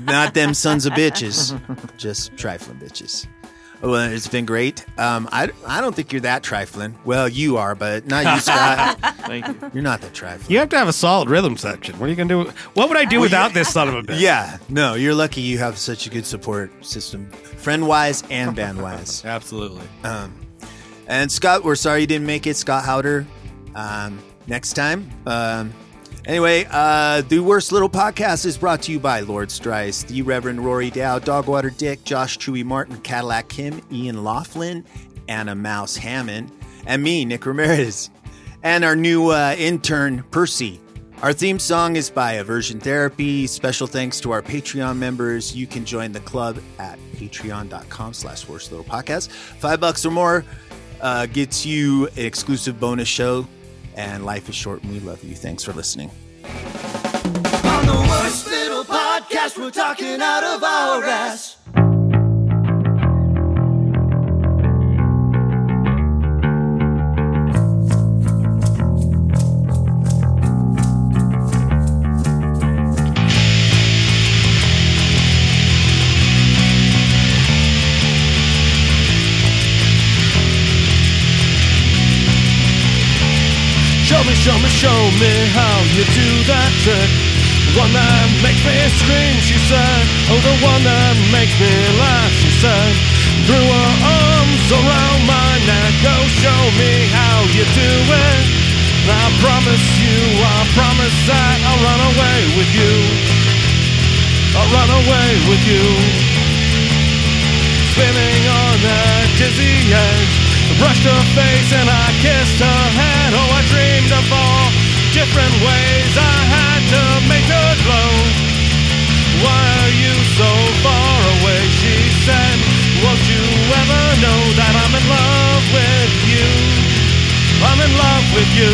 Speaker 3: Not them sons of bitches, just trifling bitches. Well, it's been great. Um, I, I don't think you're that trifling. Well, you are, but not you, Scott.
Speaker 10: Thank you.
Speaker 3: You're not that trifling.
Speaker 11: You have to have a solid rhythm section. What are you gonna do? What would I do without this son of a bitch?
Speaker 3: Oh, Yeah, no, you're lucky you have such a good support system, friend wise and band wise.
Speaker 11: Absolutely.
Speaker 3: Um, and Scott, we're sorry you didn't make it, Scott Howder. Um, next time. Um, anyway, uh, the worst little podcast is brought to you by Lord Strice, the Reverend Rory Dow, Dogwater Dick, Josh Chewy Martin, Cadillac Kim, Ian Laughlin, Anna Mouse Hammond, and me, Nick Ramirez. and our new uh, intern, Percy. Our theme song is by Aversion Therapy. Special thanks to our Patreon members. You can join the club at patreon.com slash worst little podcast. Five bucks or more uh, gets you an exclusive bonus show. And life is short and we love you. Thanks for listening.
Speaker 9: On the worst little podcast, we're talking out of our ass.
Speaker 1: Show me, show me, show me how you do that trick. One that makes me scream, she said. Oh, the one that makes me laugh, she said. Threw her arms around my neck. Go show me how you do it. And I promise you, I promise that I'll run away with you. I'll run away with you spinning on that dizzy edge. I brushed her face and I kissed her head. Oh, I dreamed of all different ways I had to make her glow. Why are you so far away? She said, Won't you ever know that I'm in love with you? I'm in love with you.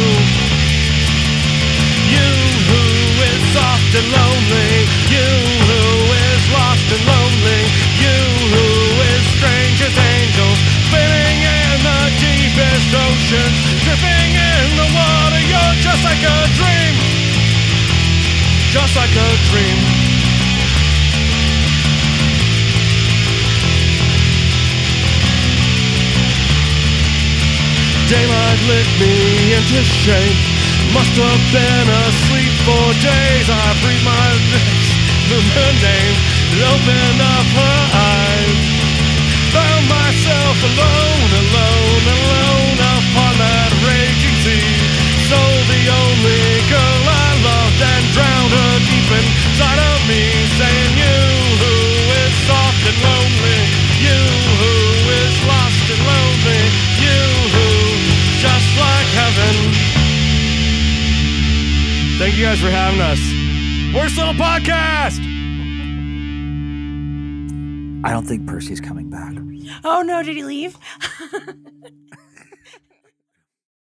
Speaker 1: You who is soft and lonely, you who is lost and lonely, you who is strange as angels, spinning in the deepest oceans, dripping in the water, you're just like a dream, just like a dream. Daylight lit me into shape. Must have been asleep for days. I breathed my lips through her name. It opened up her eyes. Found myself alone, alone, alone upon that raging sea. Stole the only girl I loved and drowned her deep inside of me. Saying, You who is soft and lonely, you who is lost and lonely, you who just like heaven. Thank you guys for having us. Worst little podcast.
Speaker 8: I don't think Percy's coming back.
Speaker 2: Oh no, did he leave?